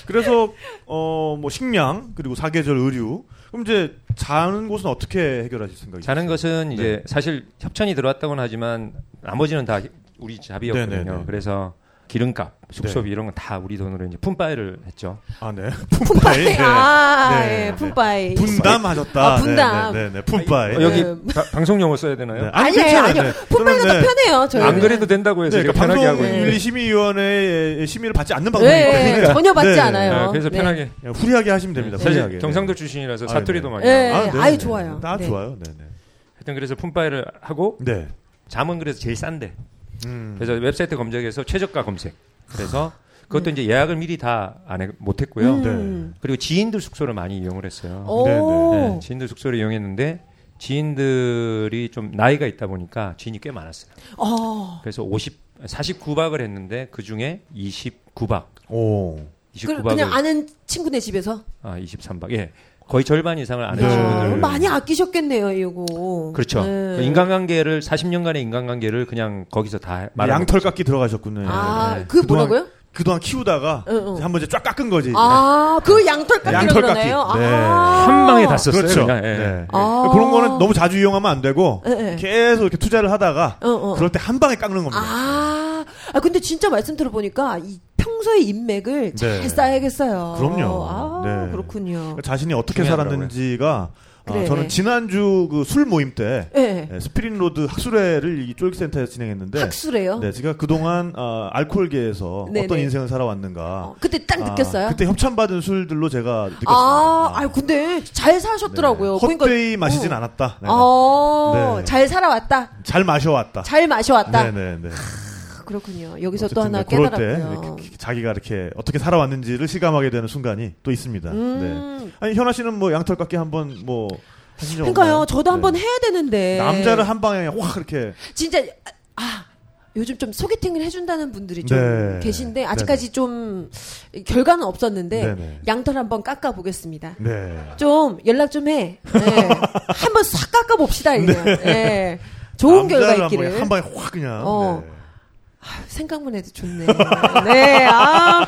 그래서 어 뭐 식량 그리고 사계절 의류. 그럼 이제 자는 곳은 어떻게 해결하실 생각이세요? 자는 것은 이제 사실 협찬이 들어왔다고는 하지만 나머지는 다 우리 네, 네, 잡이었거든요. 네. 그래서 기름값, 숙소비 이런 건 다 우리 돈으로 이제 품바이를 했죠. 아, 네. 품바이. 네. 아, 네, 예, 네. 품바이. 분담하셨다. 아, 분담. 네, 네, 네, 네. 품바이. 어, 여기 음. 바- 방송 용어 써야 되나요? 네. 아니, 아니, 괜찮아요. 아니요. 네. 품바이가 저는, 더 네. 편해요, 저희. 안 그래도 된다고 해서 네, 이렇게 그러니까 편하게 하고 방송 있는. 있는데. 윤리심의위원회의 심의를 받지 않는 예, 방송이거든요. 예, 전혀 받지 네, 네. 않아요. 네, 그래서 네. 편하게. 그냥 후리하게 하시면 됩니다. 사실 후리하게. 경상도 출신이라서 아, 사투리도 네. 많이. 예. 네. 네, 아유, 네. 좋아요. 다 네. 좋아요. 네, 네. 하여튼 그래서 품바이를 하고 네. 잠은 그래서 제일 싼데. 음. 아. 그래서 웹사이트 검색에서 최저가 검색. 그래서 네. 그것도 이제 예약을 미리 다안못 했고요. 음. 그리고 지인들 숙소를 많이 이용을 했어요. 오. 네, 네. 네, 지인들 숙소를 이용했는데 지인들이 좀 나이가 있다 보니까 지인이 꽤 많았어요. 어. 그래서 50 49박을 했는데 그 중에 29박, 오. 그, 29박을 그냥 아는 친구네 집에서 아 23박. 예. 거의 절반 이상을 아는 네. 친구들. 많이 아끼셨겠네요, 이거. 그렇죠. 네. 그 인간관계를 40년간의 인간관계를 그냥 거기서 다 말하는 양털 깎기 들어가셨군요. 아, 네. 그게 그동안- 뭐라고요? 그동안 키우다가 응, 응. 이제 한 번 이제 쫙 깎은 거지. 아, 그 양털 깎기라고 양털 그러네요. 깎기. 네. 아. 한 방에 다 썼어요. 그렇죠. 그냥, 예. 네. 아. 그런 거는 너무 자주 이용하면 안 되고 네, 네. 계속 이렇게 투자를 하다가 어, 어. 그럴 때 한 방에 깎는 겁니다. 아, 아 근데 진짜 말씀 들어보니까 이 평소에 인맥을 잘 네. 쌓아야겠어요. 그럼요. 아, 네. 그렇군요. 그러니까 자신이 어떻게 중요하더라고요. 살았는지가 아, 그래. 저는 지난주 그 술 모임 때 예. 예, 스피릿 로드 학술회를 이 쫄깃센터에서 진행했는데 학술해요. 네, 제가 그동안 아, 알코올계에서 네, 어떤 네. 인생을 살아왔는가. 어, 그때 딱 아, 느꼈어요. 그때 협찬받은 술들로 제가 느꼈습니다. 네. 아, 아, 근데 잘 사셨더라고요. 헛되이 그러니까- 마시진 어. 않았다. 네, 네. 어, 네. 잘 살아왔다. 잘 마셔왔다. 잘 마셔왔다. 네네네. 그렇군요. 여기서 또 어쨌든 하나 네, 그럴 때 깨달았고요. 이렇게 기- 자기가 이렇게 어떻게 살아왔는지를 실감하게 되는 순간이 또 있습니다. 음. 네. 아니 현아 씨는 뭐 양털 깎기 한번 뭐 하신 적 그러니까요. 없나요? 저도 한번 네. 해야 되는데 남자를 한 방에 확 이렇게 진짜 아, 아, 요즘 좀 소개팅을 해준다는 분들이 좀 네. 계신데 아직까지 좀 결과는 없었는데 네네. 양털 한번 깎아 보겠습니다. 네. 좀 연락 좀 해. 네. 한번 싹 깎아 봅시다. 이거. 네. 좋은 결과 남자를 한 방에- 있기를. 한 방에 확 그냥. 어. 네. 생각만 해도 좋네. 네, 아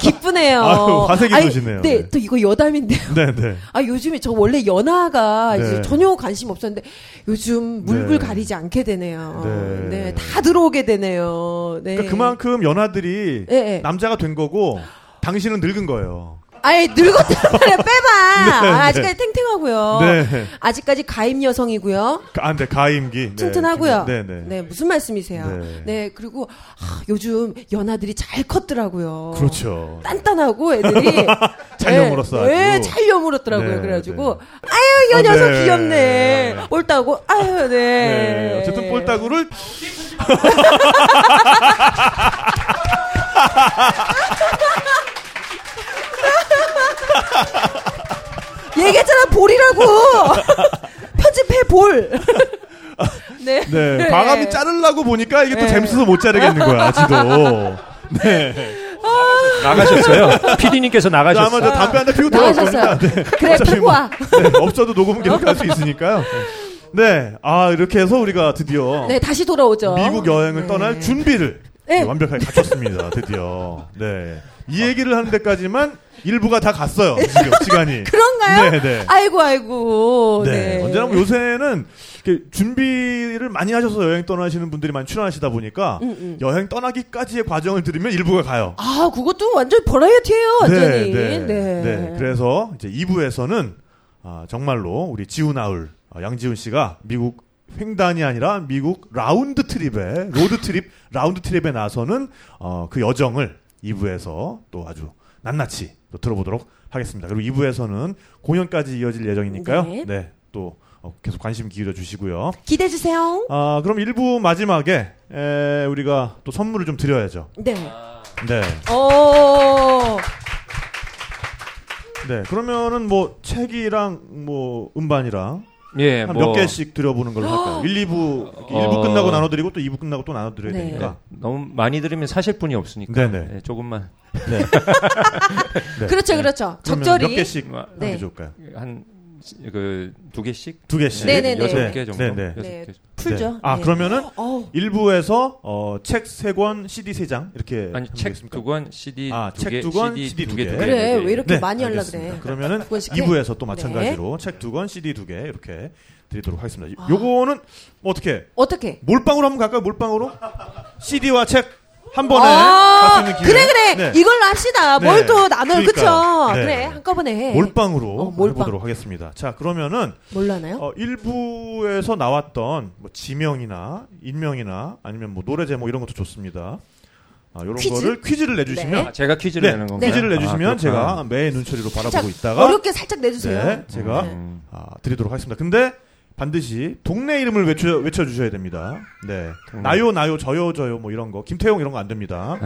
기쁘네요. 아유, 화색이 아니, 도시네요. 네, 네. 또 이거 여담인데요. 네, 네. 아 요즘에 저 원래 연하가 네. 이제 전혀 관심 없었는데 요즘 물불 네. 가리지 않게 되네요. 네. 네. 다 들어오게 되네요. 네. 그러니까 그만큼 연하들이 예, 예. 남자가 된 거고 당신은 늙은 거예요. 아니 늙었다는 말이야, 빼봐. 네, 아, 네. 아직까지 탱탱하고요. 네. 아직까지 가입 여성이고요. 아, 네, 가임기. 네. 튼튼하고요. 네, 네. 무슨 말씀이세요? 네, 네. 그리고 아, 요즘 연하들이 잘 컸더라고요. 그렇죠. 단단하고 애들이 잘 예, 여물었어, 아주. 예, 잘 여물었더라고요. 네, 그래가지고 네. 아유 이 어, 녀석 네. 귀엽네. 꼴따고 아유 네. 네. 어쨌든 볼따구를 얘기했잖아 볼이라고 편집해 볼. 네. 네. 과감히 자르려고 보니까 이게 또 재밌어서 못 자르겠는 거야, 지도. 네. 나가셨어요. PD님께서 자, 아마 저 나가셨어요. 담배 한 대 피고 들어올 나가셨어요. 겁니다. 네. 그래 어차피 피고 뭐- 와. 네, 없어도 녹음은 계속 할 수 있으니까요. 네. 아, 이렇게 해서 우리가 드디어 네 다시 돌아오죠. 미국 여행을 떠날 준비를 네. 완벽하게 갖췄습니다. 드디어. 네. 이 얘기를 하는 데까지만 일부가 다 갔어요. 지금 시간이. 그런가요? 네, 네. 아이고 아이고. 네. 언제나 뭐 요새는 이렇게 준비를 많이 하셔서 여행 떠나시는 분들이 많이 출연하시다 보니까 여행 떠나기까지의 과정을 들으면 일부가 가요. 아 그것도 완전 버라이어티예요 완전히. 네, 네. 네. 그래서 이제 2부에서는 아, 정말로 우리 지훈 아울 아, 양지훈 씨가 미국 횡단이 아니라 미국 라운드 트립에 로드 트립 라운드 트립에 나서는 어, 그 여정을 2부에서 또 아주 낱낱이 또 들어보도록 하겠습니다. 그리고 2부에서는 공연까지 이어질 예정이니까요. 네. 네. 또 어, 계속 관심 기울여 주시고요. 기대해 주세요. 아, 그럼 1부 마지막에 에, 우리가 또 선물을 좀 드려야죠. 네. 어. 네. 오. 네, 그러면은 뭐 책이랑 뭐 음반이랑 예, 한 몇 뭐 개씩 드려보는 걸로 할까요? 1, 2부, 1부 어. 끝나고 나눠드리고 또 2부 끝나고 또 나눠드려야 네. 되니까. 너무 많이 들으면 사실 분이 없으니까 네네. 예, 조금만 네. 네. 그렇죠 그렇죠. 그러면 적절히. 몇 개씩 하는 네. 게 좋을까요? 한그 두 개씩 두 개씩. 네, 네네네. 네, 여섯 네. 개 정도 네, 네. 여섯 네. 개. 풀죠. 네. 아, 네. 그러면은 어우. 1부에서 어, 책 3권, CD 3장 이렇게 아니 하면 책 되겠습니까? 두 권, CD 아, 두 책 개, 두 권, CD CD 두 개, 두 두 개. 개. 그래 왜 이렇게 네, 많이 하려 그래? 알겠습니다. 그러면은 두 권씩 2부에서 해. 네. 또 마찬가지로 책 두 권, CD 두 개 이렇게 드리도록 하겠습니다. 아. 요거는 뭐 어떻게 어떻게? 몰빵으로 한번 갈까요? 몰빵으로? CD와 책 한 번에 갈 수 아, 있는 기회. 그래 그래 네. 이걸로 합시다. 네. 뭘 또 나눠요, 그쵸? 그러니까요. 네. 그래 한꺼번에 해. 몰빵으로 어, 몰빵. 네? 해보도록 하겠습니다. 자 그러면은 몰라나요? 어, 일부에서 나왔던 뭐 지명이나 인명이나 아니면 뭐 노래 제목 이런 것도 좋습니다. 아, 이런 퀴즈? 거를 퀴즈를 내주시면 아, 제가 퀴즈를 네, 내는 건가요? 퀴즈를 내주시면 아, 제가 그렇구나. 매의 눈초리로 바라보고 살짝 있다가 어렵게 살짝 내주세요. 네, 제가 음. 아, 드리도록 하겠습니다. 근데 반드시 동네 이름을 외쳐 외쳐 주셔야 됩니다. 네, 동네. 나요 나요 저요 저요 뭐 이런 거 김태용 이런 거 안 됩니다.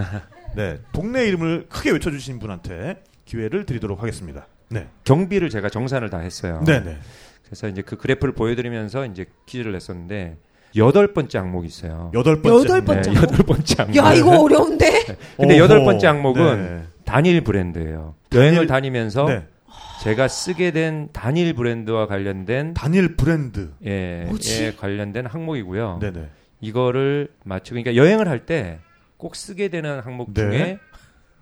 네, 동네 이름을 크게 외쳐 주신 분한테 기회를 드리도록 하겠습니다. 네, 경비를 제가 정산을 다 했어요. 네, 네. 그래서 이제 그 그래프를 보여드리면서 이제 퀴즈를 냈었는데 여덟 번째 항목이 있어요. 여덟 번째. 여덟 번째. 네, 여덟 번째 항목. 야 이거 어려운데. 네. 근데 어허, 여덟 번째 항목은 네. 단일 브랜드예요. 단일- 여행을 다니면서 네. 제가 쓰게 된 단일 브랜드와 관련된 단일 브랜드. 예, 뭐지? 예, 관련된 항목이고요. 네네. 이거를 맞추고 그러니까 여행을 할 때 꼭 쓰게 되는 항목 네. 중에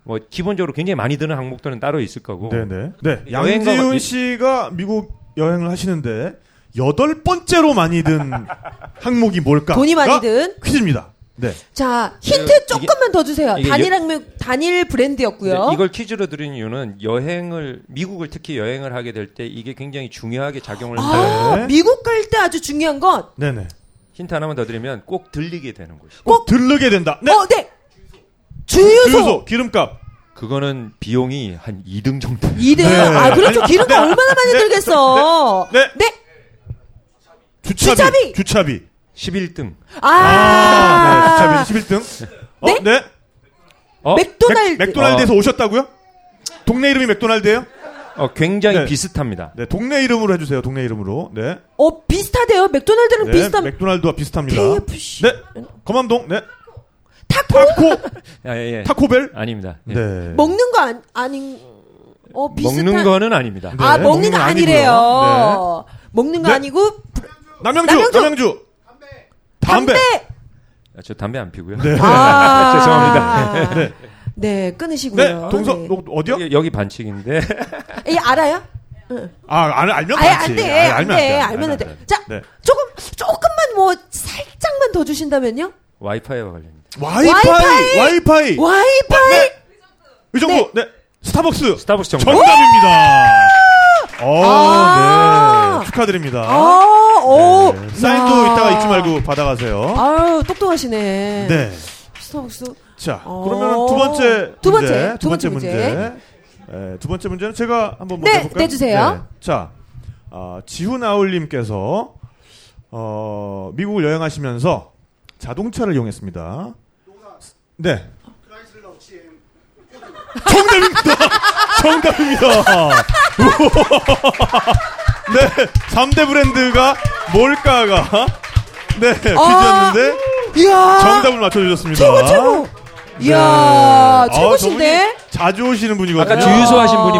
뭐 기본적으로 굉장히 많이 드는 항목들은 따로 있을 거고 네네. 네. 여행과 양지훈 같- 씨가 미국 여행을 하시는데 여덟 번째로 많이 든 항목이 뭘까? 돈이 많이 든. 퀴즈입니다. 네. 자 그리고 힌트 이게- 조금만 더 주세요. 이게 단일 여- 항목 단일 브랜드였고요. 네, 근데 이걸 퀴즈로 드린 이유는 여행을 미국을 특히 여행을 하게 될 때 이게 굉장히 중요하게 작용을 한다. 아 네. 미국 갈 때 아주 중요한 건 꼭 네네. 힌트 하나만 더 드리면 꼭 들리게 되는 곳이. 꼭- 들르게 된다. 네. 어, 네. 주유소. 주유소, 기름값. 그거는 비용이 한 2등 정도. 이등. 네. 아 그렇죠. 기름값 네. 얼마나 많이 들겠어. 네. 네. 주차비. 주차비. 11등. 아. 아, 네, 주차비 11등. 어, 네? 네? 어? 맥도날드. 맥, 도날드에서 오셨다고요? 동네 이름이 맥도날드예요? 어, 굉장히 네. 비슷합니다. 네, 동네 이름으로 해주세요. 동네 이름으로. 네. 어 비슷하대요. 맥도날드랑 네, 비슷한 맥도날드와 비슷합니다. KFC. 네, 검암동. 네, 타코. 타코 아, 예, 예. 타코벨. 아닙니다. 예. 네. 먹는 거 안, 아닌. 어 비슷한. 먹는 거는 아닙니다. 아 먹는 네, 먹는 거 거 아니래요. 먹는 거 네. 아니고 남양주, 남양주. 남양주, 담배. 네, 담배. 아, 저 담배 안 피고요. 아 죄송합니다. 네. 끊으시고요. 네, 동서 네. 어, 어디요? 여기, 여기 반칙인데. 이 알아요? 아, 안, 알면 아예 맞지. 안 돼. 아예 안 알면 돼. 안 알면 안 돼. 자, 네. 조금 조금만 뭐 살짝만 더 주신다면요? 와이파이와 관련입니다. 와이파이, 와이파이. 네. 와이파이. 의정부, 네. 스타벅스. 스타벅스 정답. 정답입니다. 어, 아. 네. 축하드립니다. 아, 오. 네, 사인도 야. 이따가 잊지 말고 받아가세요. 아유, 똑똑하시네. 네. 스타벅스. 자, 어. 그러면 두 번째 두 번째, 문제, 두 번째 에, 두 번째 문제는 제가 한번 네, 먼저 볼까요? 내주세요. 자, 아, 지훈 아울님께서 어, 미국을 여행하시면서 자동차를 이용했습니다. 네. 정답입니다. 정답입니다. 우와. 네, 3대 브랜드가 뭘까가 네 아. 퀴즈였는데 이야. 정답을 맞춰주셨습니다. 최고, 최고. 이야, 네. 최고신데? 아, 저분이 자주 오시는 분이거든요. 아까 주유소 하신 분이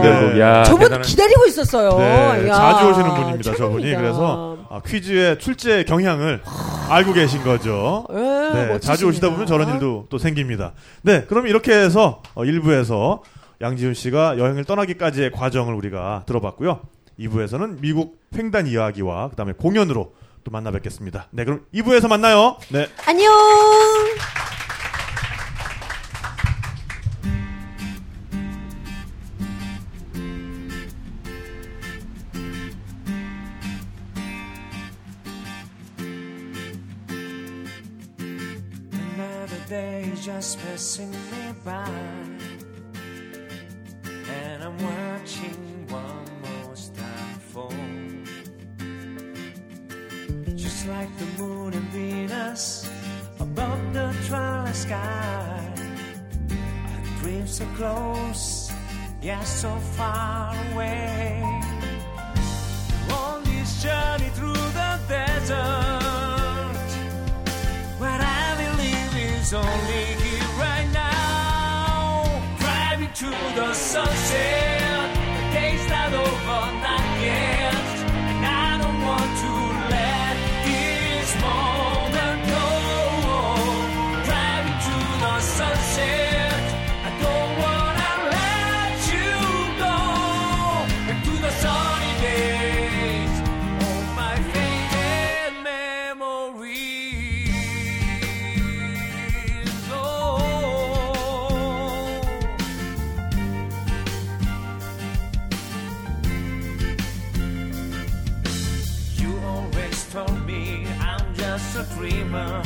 네. 결국. 야, 저분 대단한- 기다리고 있었어요. 네, 이야, 자주 오시는 분입니다, 저분이. 최고입니다. 그래서 아, 퀴즈의 출제 경향을 알고 계신 거죠. 예, 네, 멋지십니다. 자주 오시다 보면 저런 일도 또 생깁니다. 네, 그럼 이렇게 해서 어, 1부에서 양지훈 씨가 여행을 떠나기까지의 과정을 우리가 들어봤고요. 2부에서는 미국 횡단 이야기와 그다음에 공연으로 또 만나 뵙겠습니다. 네, 그럼 2부에서 만나요. 네. 안녕. Another day is just passing me by. And I'm watching one more star fall. Just like the moon and Venus above the twilight sky. I dream so close, yet so far away. On this journey through the desert. What I believe is only here right now. Driving through the sunset. The day's not over, not yet. And I don't want to let this moment go. Driving through the sunset. I don't wanna let you go. Into the sun. just a dreamer,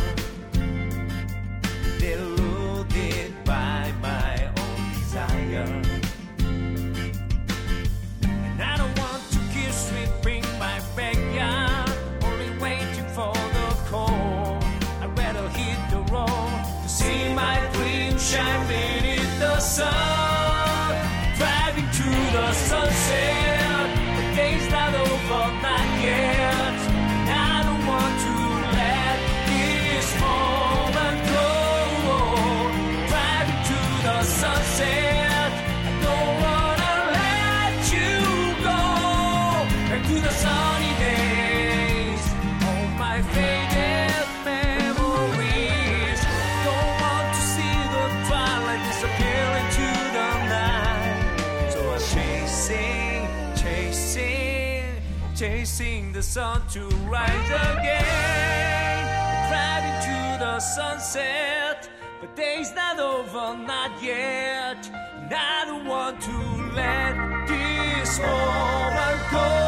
deluded by my own desire. And I don't want to keep sweeping my backyard, only waiting for the call. I'd rather hit the road to see my dream shine beneath the sun. Driving to the sunset, the day's not over, not yet. And I don't want to let this moment go. Driving to the sunset, I don't wanna let you go. Back to the sunny days of my faded memories. Don't want to see the twilight disappear into the night. So I'm chasing, chasing, chasing the sun to rise again. Driving to the sunset, but day's not over, not yet. And I don't want to let this moment go.